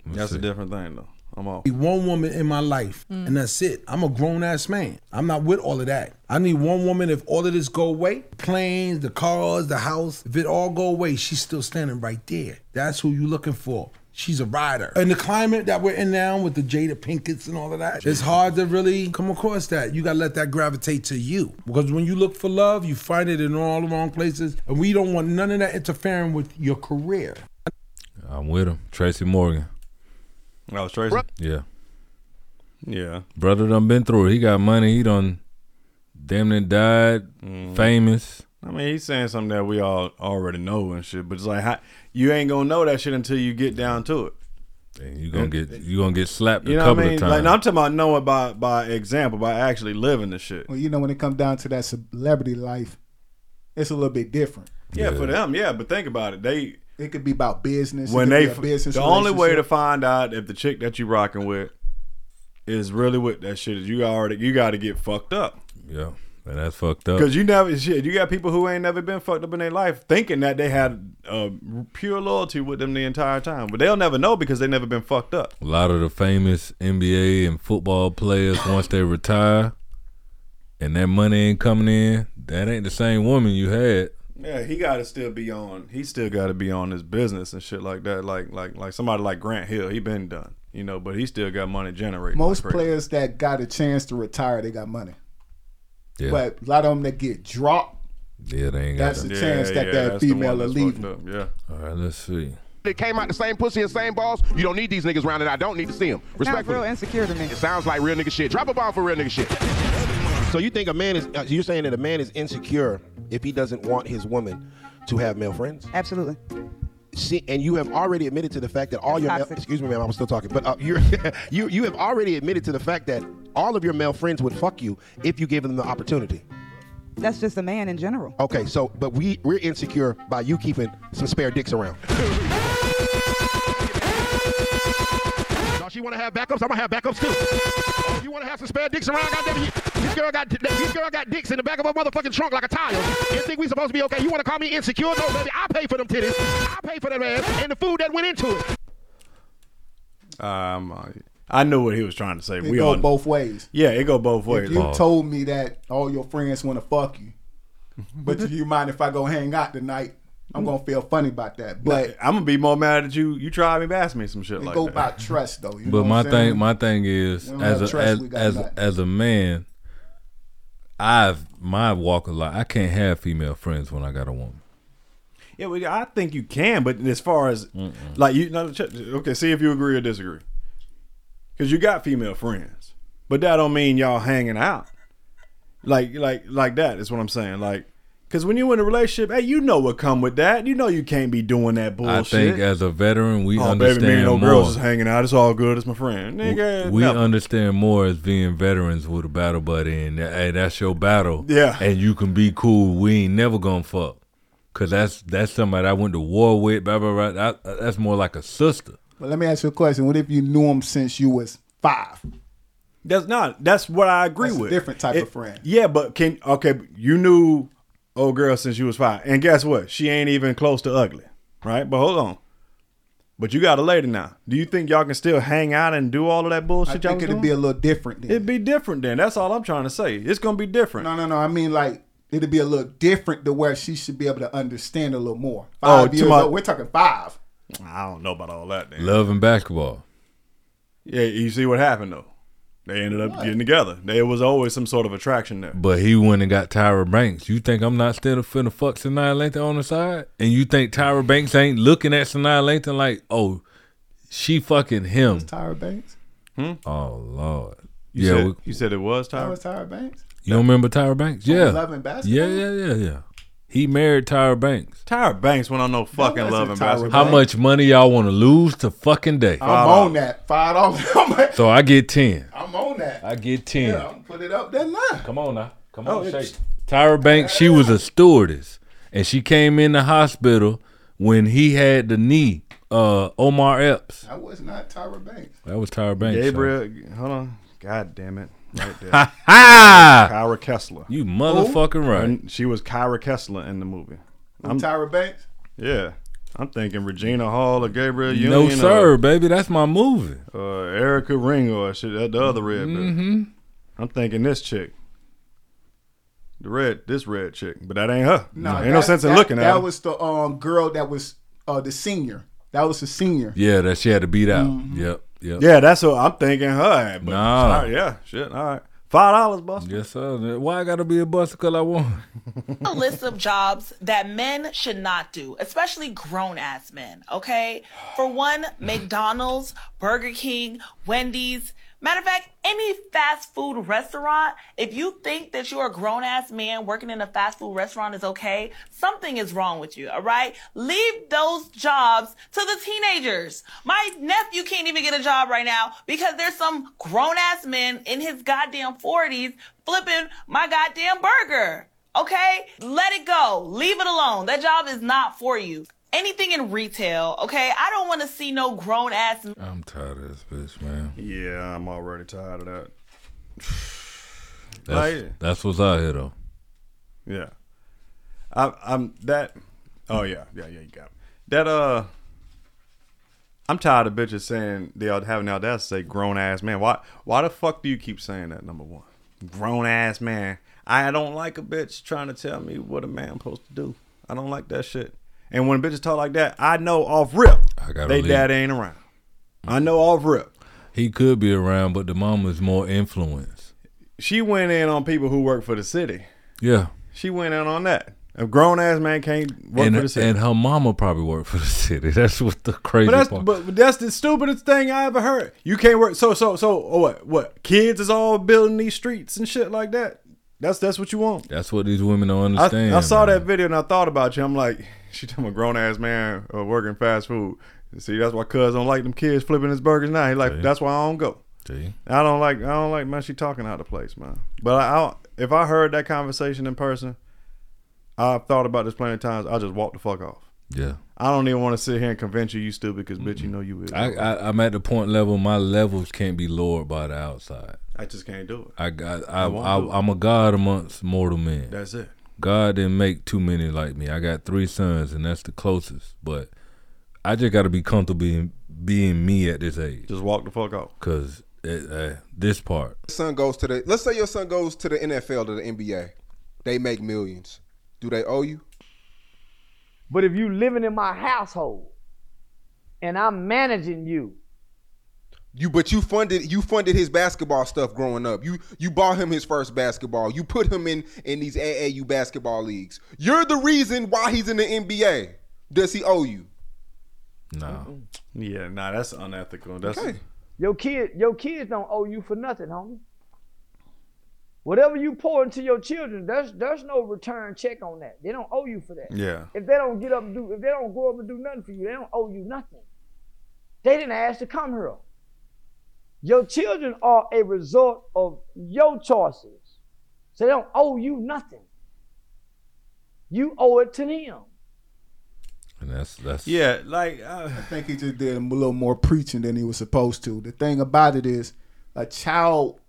Speaker 1: Let's
Speaker 5: that's a
Speaker 1: see.
Speaker 5: different thing though. I'm off.
Speaker 20: One woman in my life, and that's it. I'm a grown ass man. I'm not with all of that. I need one woman. If all of this go away, planes, the cars, the house, if it all go away, she's still standing right there. That's who you looking for. She's a rider. In the climate that we're in now with the Jada Pinkett's and all of that, it's hard to really come across that. You gotta let that gravitate to you. Because when you look for love, you find it in all the wrong places. And we don't want none of that interfering with your career.
Speaker 1: I'm with him. Tracy Morgan.
Speaker 5: I was Oh, Tracy.
Speaker 1: Yeah.
Speaker 5: Yeah.
Speaker 1: Brother done been through it. He got money. He done damn near died.
Speaker 5: Mm.
Speaker 1: Mm-hmm. Famous.
Speaker 5: I mean, he's saying something that we all already know and shit, but it's like how, you ain't gonna know that shit until you get down to it.
Speaker 1: And you gonna get you gonna get slapped
Speaker 5: You
Speaker 1: a
Speaker 5: know
Speaker 1: couple
Speaker 5: what I mean?
Speaker 1: of times.
Speaker 5: Like, no, I'm talking about knowing by by example, by actually living the shit.
Speaker 4: Well, you know, when it comes down to that celebrity life, it's a little bit different.
Speaker 5: Yeah, for them, yeah. But think about it. They
Speaker 4: It could be about business. it
Speaker 5: when
Speaker 4: could
Speaker 5: they
Speaker 4: be a business
Speaker 5: the only way to
Speaker 4: relationship.
Speaker 5: find out if the chick that you rocking with is really with that shit is you already you got to get fucked up
Speaker 1: yeah. And that's fucked up.
Speaker 5: because you never shit. You got people who ain't never been fucked up in their life thinking that they had uh, pure loyalty with them the entire time, but they'll never know because they never been fucked up.
Speaker 1: A lot of the famous NBA and football players, once they retire and that money ain't coming in, that ain't the same woman you had.
Speaker 5: Yeah, he got to still be on. He still got to be on his business and shit like that. Like like like somebody like Grant Hill, he been done, you know, but he still got money generated.
Speaker 4: most
Speaker 5: like crazy.
Speaker 4: players that got a chance to retire, they got money.
Speaker 5: Yeah.
Speaker 4: But a lot of them that get dropped,
Speaker 1: Yeah, they ain't
Speaker 4: that's
Speaker 1: got
Speaker 4: the
Speaker 1: no-
Speaker 4: chance that that female will leave.
Speaker 5: Yeah.
Speaker 1: All right, let's see.
Speaker 21: It came out the same pussy and same balls. You don't need these niggas around, and I don't need to see them. Respectfully, real insecure to me. It sounds like real nigga shit. Drop a bomb for real nigga shit.
Speaker 22: So you think a man is? uh, You're saying that a man is insecure if he doesn't want his woman to have male friends? Absolutely. See, and you have already admitted to the fact that all your male, excuse me, ma'am, I'm still talking, but uh, you're, you you have already admitted to the fact that all of your male friends would fuck you if you gave them the opportunity.
Speaker 23: That's just a man in general.
Speaker 22: Okay, so but we we're insecure by you keeping some spare dicks around.
Speaker 21: No, she want to have backups. I'm gonna have backups too. Oh, you want to have some spare dicks around? Goddamn you! This girl got this girl got dicks in the back of her motherfucking trunk like a tire. You think we supposed to be okay? You want to call me insecure? No, baby. I pay for them titties. I pay for that ass and the food that went into it.
Speaker 5: Um, I- I knew what he was trying to say.
Speaker 4: It
Speaker 5: we
Speaker 4: go
Speaker 5: all-
Speaker 4: both ways.
Speaker 5: Yeah, it go both ways.
Speaker 4: If you told me that all your friends want to fuck you, but do you mind if I go hang out tonight? I'm gonna feel funny about that. But
Speaker 5: but I'm gonna be more mad at you. You tried me, by asking me some shit
Speaker 4: it
Speaker 5: like
Speaker 4: go
Speaker 5: that.
Speaker 4: by trust though. You know
Speaker 1: but my
Speaker 4: what I'm saying?
Speaker 1: thing, my thing is,
Speaker 4: We don't
Speaker 1: as
Speaker 4: have
Speaker 1: a
Speaker 4: trust,
Speaker 1: as
Speaker 4: we got
Speaker 1: as,
Speaker 4: nothing.
Speaker 1: as a man, I've my walk a lot. I can't have female friends when I got a woman.
Speaker 5: Yeah, well, I think you can, but as far as like you, no, check- okay, see if you agree or disagree. Because you got female friends, but that don't mean y'all hanging out. Like, like, like that is what I'm saying. Like, Because when you in a relationship, hey, you know what come with that. You know you can't be doing that
Speaker 1: I
Speaker 5: bullshit.
Speaker 1: think as a veteran, we
Speaker 5: oh,
Speaker 1: understand
Speaker 5: baby, me and no
Speaker 1: more.
Speaker 5: girls is hanging out. It's all good. It's my friend. Nigga,
Speaker 1: we
Speaker 5: no.
Speaker 1: understand more as being veterans with a battle buddy, and hey, that's your battle.
Speaker 5: Yeah.
Speaker 1: and you can be cool. We ain't never gonna fuck, cause that's that's somebody I went to war with. Blah blah blah. That- that's more like a sister.
Speaker 4: But let me ask you a question. What if you knew him since you was five?
Speaker 5: That's not. That's what I agree
Speaker 4: That's a
Speaker 5: with.
Speaker 4: different type of friend.
Speaker 5: Yeah, but can okay? but You knew old girl since you was five, and guess what? She ain't even close to ugly, right? But hold on. But you got a lady now. Do you think y'all can still hang out and do all of that bullshit?
Speaker 4: I
Speaker 5: y'all
Speaker 4: think
Speaker 5: was
Speaker 4: it'd
Speaker 5: doing?
Speaker 4: be a little different. Then.
Speaker 5: It'd be different then. That's all I'm trying to say. It's gonna be different.
Speaker 4: No, no, no. I mean, like it'd be a little different to where she should be able to understand a little more.
Speaker 5: Oh,
Speaker 4: Five years
Speaker 5: to my-
Speaker 4: old. We're talking five.
Speaker 5: I don't know about all that. Then.
Speaker 1: Love and basketball.
Speaker 5: Yeah, you see what happened though. They ended up getting together. There was always some sort of attraction there.
Speaker 1: But he went and got Tyra Banks. You think I'm not still finna fuck Sanaa Lathan on the side? And you think Tyra Banks ain't looking at Sanaa Lathan like, oh, she fucking him?
Speaker 4: Tyra Banks.
Speaker 5: Hmm?
Speaker 1: Oh lord.
Speaker 5: You
Speaker 1: yeah,
Speaker 5: said,
Speaker 1: we-
Speaker 5: you said it was
Speaker 4: That
Speaker 5: Tyra.
Speaker 4: was Tyra Banks.
Speaker 1: you don't remember Tyra Banks?
Speaker 4: From
Speaker 1: Yeah.
Speaker 4: Love and Basketball?
Speaker 1: Yeah, yeah, yeah, yeah. He married Tyra Banks.
Speaker 5: Tyra Banks went on no fucking
Speaker 4: wasn't
Speaker 5: love and
Speaker 4: Tyra
Speaker 5: basketball.
Speaker 1: How much money y'all want to lose to fucking day?
Speaker 4: I'm on that five dollars.
Speaker 1: So I get ten.
Speaker 4: I'm on that.
Speaker 1: I get ten.
Speaker 4: Yeah, I'm put it up there now.
Speaker 1: Come on now. Come
Speaker 5: Oh,
Speaker 4: on, shake.
Speaker 1: Tyra Banks, she was a stewardess, and she came in the hospital when he had the knee. Uh, Omar Epps.
Speaker 4: That was not Tyra Banks.
Speaker 1: That was Tyra Banks. so-
Speaker 5: Gabriel, hold on. God damn it. Right there.
Speaker 1: Ha ha!
Speaker 5: Kyra Kessler.
Speaker 1: You motherfucking right.
Speaker 5: And she was Kyra Kessler in the movie.
Speaker 4: I'm Tyra Banks.
Speaker 5: Yeah. I'm thinking Regina Hall or Gabriel Union.
Speaker 1: No
Speaker 5: or,
Speaker 1: sir, baby. That's my movie.
Speaker 5: Uh, Erica Ringo or shit. That the other red
Speaker 1: Mhm.
Speaker 5: bitch. I'm thinking this chick. The red, this red chick. But that ain't her. ain't no
Speaker 4: that-
Speaker 5: sense in
Speaker 4: that-
Speaker 5: looking at
Speaker 4: That
Speaker 5: her.
Speaker 4: was the um girl that was uh the senior. That was the senior.
Speaker 1: Yeah, that she had to beat out. Yep, yep.
Speaker 5: yeah, that's what I'm thinking her at. But
Speaker 1: Nah.
Speaker 5: all right, yeah, shit. All right. Five dollars, boss.
Speaker 1: Yes, sir. Why I gotta be a buster? Cause I won.
Speaker 9: a list of jobs that men should not do, especially grown ass men, okay? For one, McDonald's, Burger King, Wendy's. Matter of fact, any fast food restaurant, if you think that you're a grown ass man working in a fast food restaurant is okay, something is wrong with you, all right? Leave those jobs to the teenagers. My nephew can't even get a job right now because there's some grown ass men in his goddamn 40s flipping my goddamn burger. Okay? Let it go. Leave it alone. That job is not for you. Anything in retail, okay? I don't want to see no grown ass.
Speaker 1: I'm tired of this bitch, man.
Speaker 5: Yeah, I'm already tired of that.
Speaker 1: That's,
Speaker 5: Like-
Speaker 1: that's what's out here though.
Speaker 5: Yeah. I, I'm that. Oh yeah, yeah, yeah. You got me. that. Uh, I'm tired of bitches saying they are having the audacity to say grown ass man. Why? Why the fuck do you keep saying that? Number one, grown ass man. I don't like a bitch trying to tell me what a man supposed to do. I don't like that shit. And when bitches talk like that, I know off rip
Speaker 1: gotta
Speaker 5: they
Speaker 1: leave.
Speaker 5: dad ain't around. I know off rip.
Speaker 1: He could be around, but the mama's more influence.
Speaker 5: She went in on people who work for the city.
Speaker 1: Yeah.
Speaker 5: She went in on that. A grown ass man can't work
Speaker 1: and,
Speaker 5: for the city.
Speaker 1: and her mama probably worked for the city. That's what the crazy
Speaker 5: But that's
Speaker 1: part.
Speaker 5: but, but that's the stupidest thing I ever heard. You can't work. So so so oh, what what kids is all building these streets and shit like that. That's that's what you want.
Speaker 1: that's what these women don't
Speaker 5: I,
Speaker 1: understand.
Speaker 5: I saw that video and I thought about you. I'm like, she talking a grown ass man uh, working fast food. See, that's why cuz don't like them kids flipping his burgers now. He like
Speaker 1: See.
Speaker 5: that's why I don't go.
Speaker 1: See?
Speaker 5: I don't like I don't like man. She talking out of place, man. But I, I if I heard that conversation in person, I've thought about this plenty of times. I just walk the fuck off.
Speaker 1: Yeah.
Speaker 5: I don't even want to sit here and convince you you stupid because bitch, you know you is.
Speaker 1: I, I I'm at the point level my levels can't be lowered by the outside.
Speaker 5: I just can't do it.
Speaker 1: I got I,
Speaker 5: I won't
Speaker 1: I,
Speaker 5: do it.
Speaker 1: am a god amongst mortal men.
Speaker 5: That's it.
Speaker 1: God didn't make too many like me. I got three sons, and that's the closest. But I just got to be comfortable being, being me at this age.
Speaker 5: Just walk the fuck off.
Speaker 1: Cause it, uh, this part,
Speaker 8: son goes to the let's say your son goes to the NFL to the NBA. They make millions. Do they owe you?
Speaker 24: But if you living in my household and I'm managing you,
Speaker 8: You but you funded you funded his basketball stuff growing up. You you bought him his first basketball. You put him in in these AAU basketball leagues. You're the reason why he's in the NBA. Does he owe you?
Speaker 1: no.
Speaker 5: Yeah, nah, that's unethical. That's
Speaker 24: your kid, your kids don't owe you for nothing, homie. Whatever you pour into your children, there's there's no return check on that. They don't owe you for that.
Speaker 5: Yeah.
Speaker 24: If they don't get up and do, if they don't grow up and do nothing for you, they don't owe you nothing. They didn't ask to come here. Your children are a result of your choices. So they don't owe you nothing. You owe it to them.
Speaker 1: And that's that's
Speaker 5: yeah. Like
Speaker 1: uh,
Speaker 5: I
Speaker 4: think he just did a little more preaching than he was supposed to. The thing about it is, a child,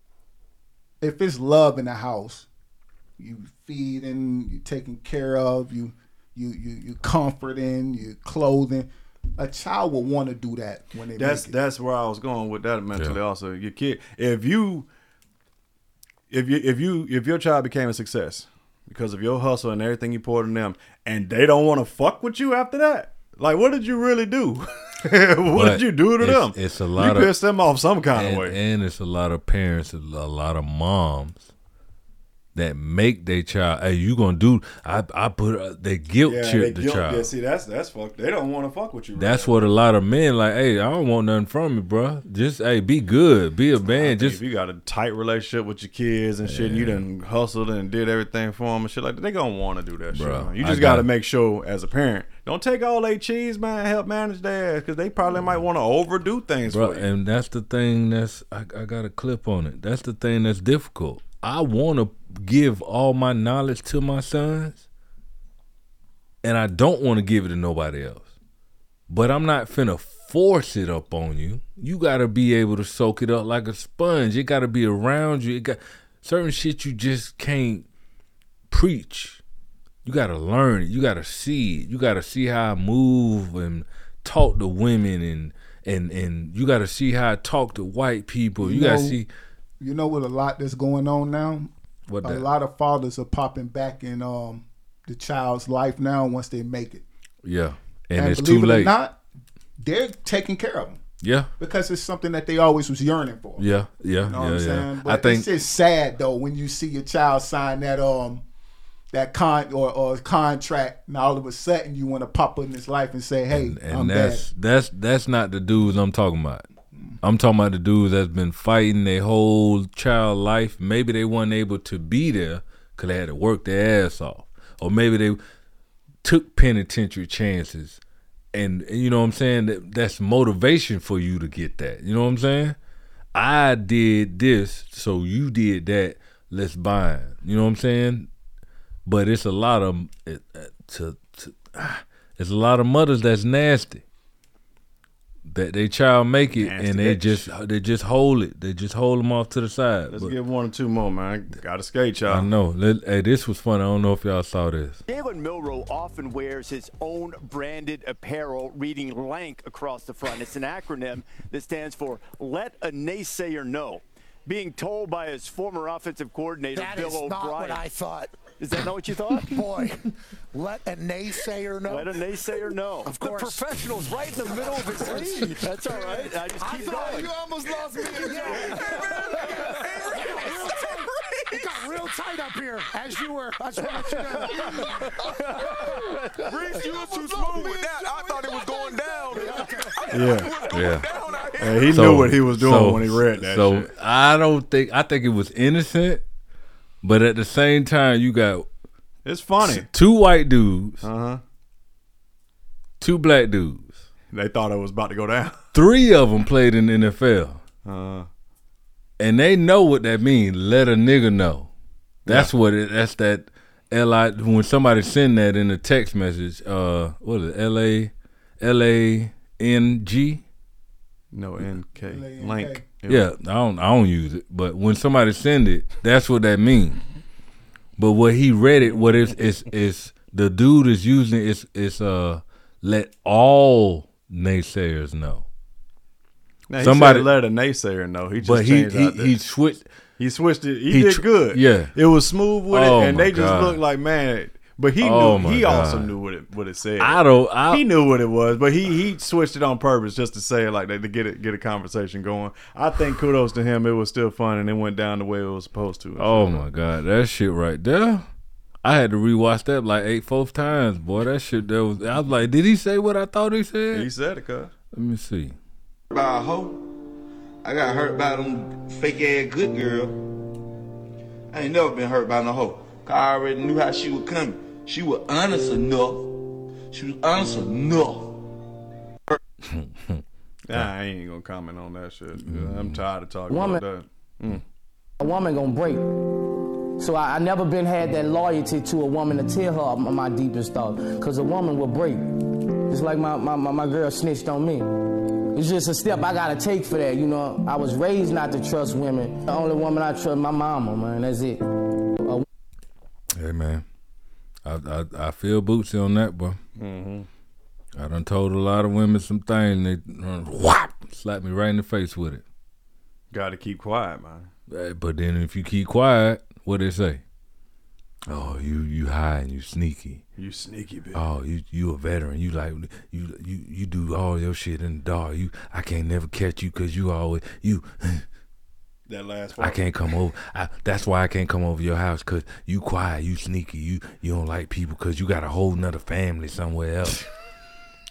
Speaker 4: if it's love in the house, you feeding, you taking care of, you you you you comforting, you clothing. A child will want to do that when they
Speaker 5: that's
Speaker 4: make it.
Speaker 5: that's where I was going with that mentally. Also, your kid, if you, if you, if you, if your child became a success because of your hustle and everything you poured in them, and they don't want to fuck with you after that, like what did you really do? what did you do to
Speaker 1: it's,
Speaker 5: them?
Speaker 1: It's a lot.
Speaker 5: You
Speaker 1: of,
Speaker 5: pissed them off some kind
Speaker 1: and,
Speaker 5: of way.
Speaker 1: and it's a lot of parents, a lo- a lot of moms that make their child. Hey, you gonna do? I I put uh, they guilt
Speaker 5: Yeah,
Speaker 1: trip
Speaker 5: they
Speaker 1: the
Speaker 5: guilt-
Speaker 1: child.
Speaker 5: Yeah, see, that's that's fucked. They don't want to fuck with you. Right?
Speaker 1: That's what a lot of men like. Hey, I don't want nothing from you, bruh. Just hey, be good, be a man. Just
Speaker 5: if you got a tight relationship with your kids and shit, and you done hustled and did everything for them and shit like that, they gonna want to do that shit.
Speaker 1: Bruh,
Speaker 5: man. You
Speaker 1: I
Speaker 5: just got to
Speaker 1: got-
Speaker 5: make sure as a parent, don't take all they cheese, man. Help manage their ass because they probably might want to overdo things.
Speaker 1: Bruh, and that's the thing that's I, I got a clip on it. That's the thing that's difficult. I want to give all my knowledge to my sons, and I don't want to give it to nobody else. But I'm not finna force it up on you. You gotta be able to soak it up like a sponge. It gotta be around you. It got certain shit you just can't preach. You gotta learn it. You gotta see it. You gotta see how I move and talk to women and and and you gotta see how I talk to white people. You,
Speaker 4: know-
Speaker 1: gotta see
Speaker 4: You know what? A lot that's going on now.
Speaker 1: What
Speaker 4: a
Speaker 1: that?
Speaker 4: lot of fathers are popping back in um the child's life now once they make it.
Speaker 1: Yeah. And, it's
Speaker 4: believe
Speaker 1: too
Speaker 4: it or
Speaker 1: late.
Speaker 4: not, they're taking care of them
Speaker 1: yeah.
Speaker 4: because it's something that they always was yearning for.
Speaker 1: Yeah. Yeah.
Speaker 4: You know
Speaker 1: yeah.
Speaker 4: what I'm
Speaker 1: yeah.
Speaker 4: saying?
Speaker 1: I
Speaker 4: But
Speaker 1: think
Speaker 4: it's just sad though when you see your child sign that um that con or, or contract, and all of a sudden you want to pop up in his life and say, "Hey,
Speaker 1: and
Speaker 4: I'm bad."
Speaker 1: that's that's that's not the dudes I'm talking about. I'm talking about the dudes that's been fighting their whole child life. Maybe they weren't able to be there because they had to work their ass off, or maybe they took penitentiary chances, and, and you know what I'm saying. That, that's motivation for you to get that. You know what I'm saying? I did this, so you did that. Let's bind. You know what I'm saying? But it's a lot of it, uh, to, to ah, it's a lot of mothers that's nasty that they child make it and they just they just hold it. They just hold them off to the side.
Speaker 5: Let's
Speaker 1: But
Speaker 5: give one or two more, man. Got to skate, y'all.
Speaker 1: I know. Let- hey, this was fun. I don't know if y'all saw this.
Speaker 7: Jalen Milrow often wears his own branded apparel, reading LANK across the front. It's an acronym that stands for Let a Naysayer Know. Being told by his former offensive coordinator,
Speaker 20: That
Speaker 7: Bill
Speaker 20: is not
Speaker 7: O'Brien.
Speaker 20: what I thought.
Speaker 7: Is that not what you thought?
Speaker 20: Boy, let a naysayer know.
Speaker 7: Let a naysayer know. Of
Speaker 20: course. The professional's right in the middle of his league.
Speaker 7: That's all right. I just
Speaker 20: I
Speaker 7: keep
Speaker 20: thought
Speaker 7: going.
Speaker 20: you almost lost me again.
Speaker 7: It got real tight up here as you were. I just
Speaker 20: want to let you know.
Speaker 7: Reese, you were too smooth with that. I thought it was going down.
Speaker 5: Yeah,
Speaker 1: yeah.
Speaker 5: And he
Speaker 1: So-
Speaker 5: knew what he was doing
Speaker 1: so-
Speaker 5: when he read that.
Speaker 1: So
Speaker 5: shit.
Speaker 1: I don't think I think it was innocent, but at the same time, you got
Speaker 5: it's funny.
Speaker 1: Two white dudes,
Speaker 5: uh-huh.
Speaker 1: two black dudes.
Speaker 5: They thought it was about to go down.
Speaker 1: Three of them played in the NFL, Uh, and they know what that means. Let a nigga know. That's what it. That's that. Li when somebody send that in a text message. Uh, what is it? L A L A N G.
Speaker 5: No N K link.
Speaker 1: Yeah, I don't I don't use it, but when somebody send it, that's what that mean. But what he read it, what it's it's it's the dude is using it, it's it's uh let all naysayers know.
Speaker 5: Now, he
Speaker 1: Somebody-
Speaker 5: said let a naysayer know. He just
Speaker 1: But he-
Speaker 5: changed
Speaker 1: he-
Speaker 5: out the-
Speaker 1: he switched.
Speaker 5: He switched it. He,
Speaker 1: He
Speaker 5: did
Speaker 1: tr-
Speaker 5: good.
Speaker 1: yeah.
Speaker 5: it was smooth with
Speaker 1: Oh,
Speaker 5: it, and
Speaker 1: my
Speaker 5: they just
Speaker 1: God.
Speaker 5: looked like man. But he
Speaker 1: Oh,
Speaker 5: knew.
Speaker 1: my
Speaker 5: He also
Speaker 1: God.
Speaker 5: knew what it what it said.
Speaker 1: I don't- I-
Speaker 5: he knew what it was, but he he switched it on purpose just to say it like that to get it get a conversation going. I think kudos to him. It was still fun, and it went down the way it was supposed to.
Speaker 1: Oh my god, that shit right there. I had to rewatch that like eight fourth times, boy. That shit that was I was like, did he say what I thought he said?
Speaker 5: He said it, cuz.
Speaker 1: Let me see.
Speaker 10: by a hoe. I got hurt by them fake ass good girl. I ain't never been hurt by no hoe. 'Cause I already knew how she was coming. She was honest enough. She was honest enough.
Speaker 5: Nah, I ain't gonna comment on that shit.
Speaker 1: Mm.
Speaker 5: I'm tired of talking
Speaker 11: Woman-
Speaker 5: about that. Mm.
Speaker 11: a woman gonna break. So I, I never been had that loyalty to a woman to tell her m- my deepest thought, cause a woman will break. It's like my, my, my, my girl snitched on me. It's just a step I gotta take for that, you know. I was raised not to trust women. The only woman I trust, my mama, man. That's it. A
Speaker 1: Hey man, I I, I feel Bootsy on that, boy. Mm-hmm. I done told a lot of women some things. They uh, whop slap me right in the face with it.
Speaker 5: Gotta keep quiet, man.
Speaker 1: Uh, But then if you keep quiet, what they say? Oh, you you high and you sneaky.
Speaker 5: You sneaky bitch.
Speaker 1: Oh, you you a veteran. You like you you you do all your shit in the dark. You I can't never catch you because you always you.
Speaker 5: That last
Speaker 1: I can't come over. I, that's why I can't come over your house because you quiet, you sneaky, you you don't like people because you got a whole nother family somewhere else.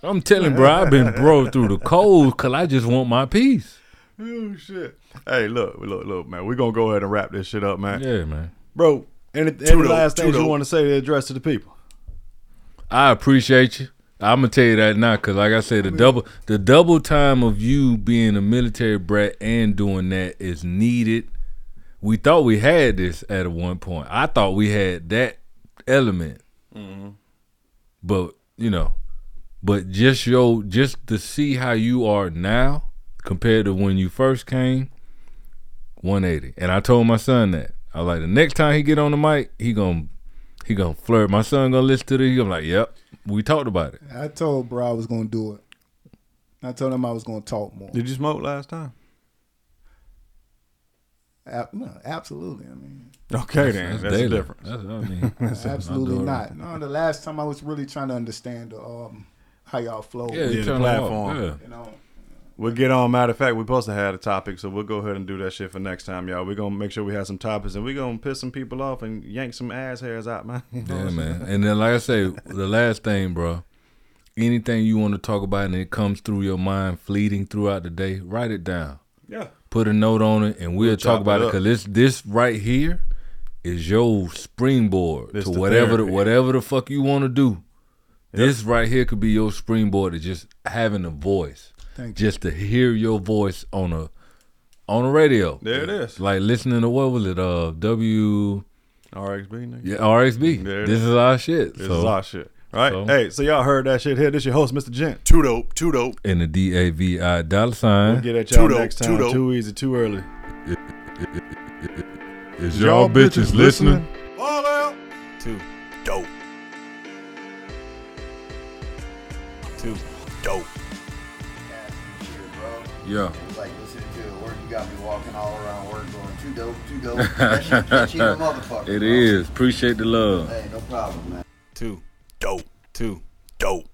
Speaker 1: I'm telling bro, I've been bro through the cold because I just want my peace.
Speaker 5: Oh shit. Hey, look, look, look, man. We're gonna go ahead and wrap this shit up, man.
Speaker 1: Yeah, man.
Speaker 5: Bro, any, any
Speaker 1: Trudeau,
Speaker 5: last things you
Speaker 1: Trudeau.
Speaker 5: want to say to address to the people?
Speaker 1: I appreciate you. I'm gonna tell you that now, cause like I said, the double the double time of you being a military brat and doing that is needed. We thought we had this at a one point. I thought we had that element,
Speaker 5: Mhm.
Speaker 1: but you know, but just your just to see how you are now compared to when you first came, 180. And I told my son that I was like the next time he get on the mic, he gonna he gonna flirt. My son gonna listen to this. He gonna be like, yep, we talked about it.
Speaker 4: I told bro I was gonna do it. I told him I was gonna talk more.
Speaker 5: Did you smoke last time?
Speaker 4: Ab- no, absolutely. I mean,
Speaker 5: Okay, then. That's the
Speaker 1: daily.
Speaker 5: difference.
Speaker 1: That's what I mean.
Speaker 5: That's it.
Speaker 4: absolutely
Speaker 1: daughter.
Speaker 4: not. No, the last time I was really trying to understand um, how y'all flow.
Speaker 1: Yeah,
Speaker 5: yeah, the platform.
Speaker 4: You know,
Speaker 5: We'll get on. Matter of fact, we're supposed to have a topic, so we'll go ahead and do that shit for next time, y'all. We're gonna make sure we have some topics, and we're gonna piss some people off and yank some ass hairs out, man.
Speaker 1: Yeah, man. And then, like I say, the last thing, bro, anything you want to talk about and it comes through your mind, fleeting throughout the day, write it down.
Speaker 5: Yeah.
Speaker 1: Put a note on it, and we'll,
Speaker 5: We'll
Speaker 1: talk
Speaker 5: chop
Speaker 1: about
Speaker 5: it
Speaker 1: it
Speaker 5: up.
Speaker 1: because this this right here is your springboard
Speaker 5: This
Speaker 1: to
Speaker 5: the
Speaker 1: whatever the,
Speaker 5: therapy.
Speaker 1: whatever the fuck you want to do. This right here could be your springboard to just having a voice,
Speaker 5: Thank you.
Speaker 1: just to hear your voice on a on the radio.
Speaker 5: There it is.
Speaker 1: Like listening to what was it? Uh, W.
Speaker 5: RXB, nigga.
Speaker 1: Yeah, RXB.
Speaker 5: There it
Speaker 1: This
Speaker 5: is.
Speaker 1: is our shit.
Speaker 5: This
Speaker 1: so-
Speaker 5: is our shit. All right.
Speaker 1: so-
Speaker 5: Hey, so y'all heard that shit here. This your host, Mr. Gent. Too dope. Too dope.
Speaker 1: And the D A V I dollar sign.
Speaker 5: We'll get at y'all next time. Too easy. Too early.
Speaker 1: Is y'all bitches listening?
Speaker 5: All out.
Speaker 12: Too dope. Too dope.
Speaker 1: Yeah.
Speaker 25: It was like listening to it at work. You got me walking all around work going, too dope, too dope. That shit catchy as a motherfucker.
Speaker 1: It
Speaker 25: bro.
Speaker 1: is. Appreciate the love.
Speaker 25: Hey, no problem, man.
Speaker 12: Too dope. Too dope.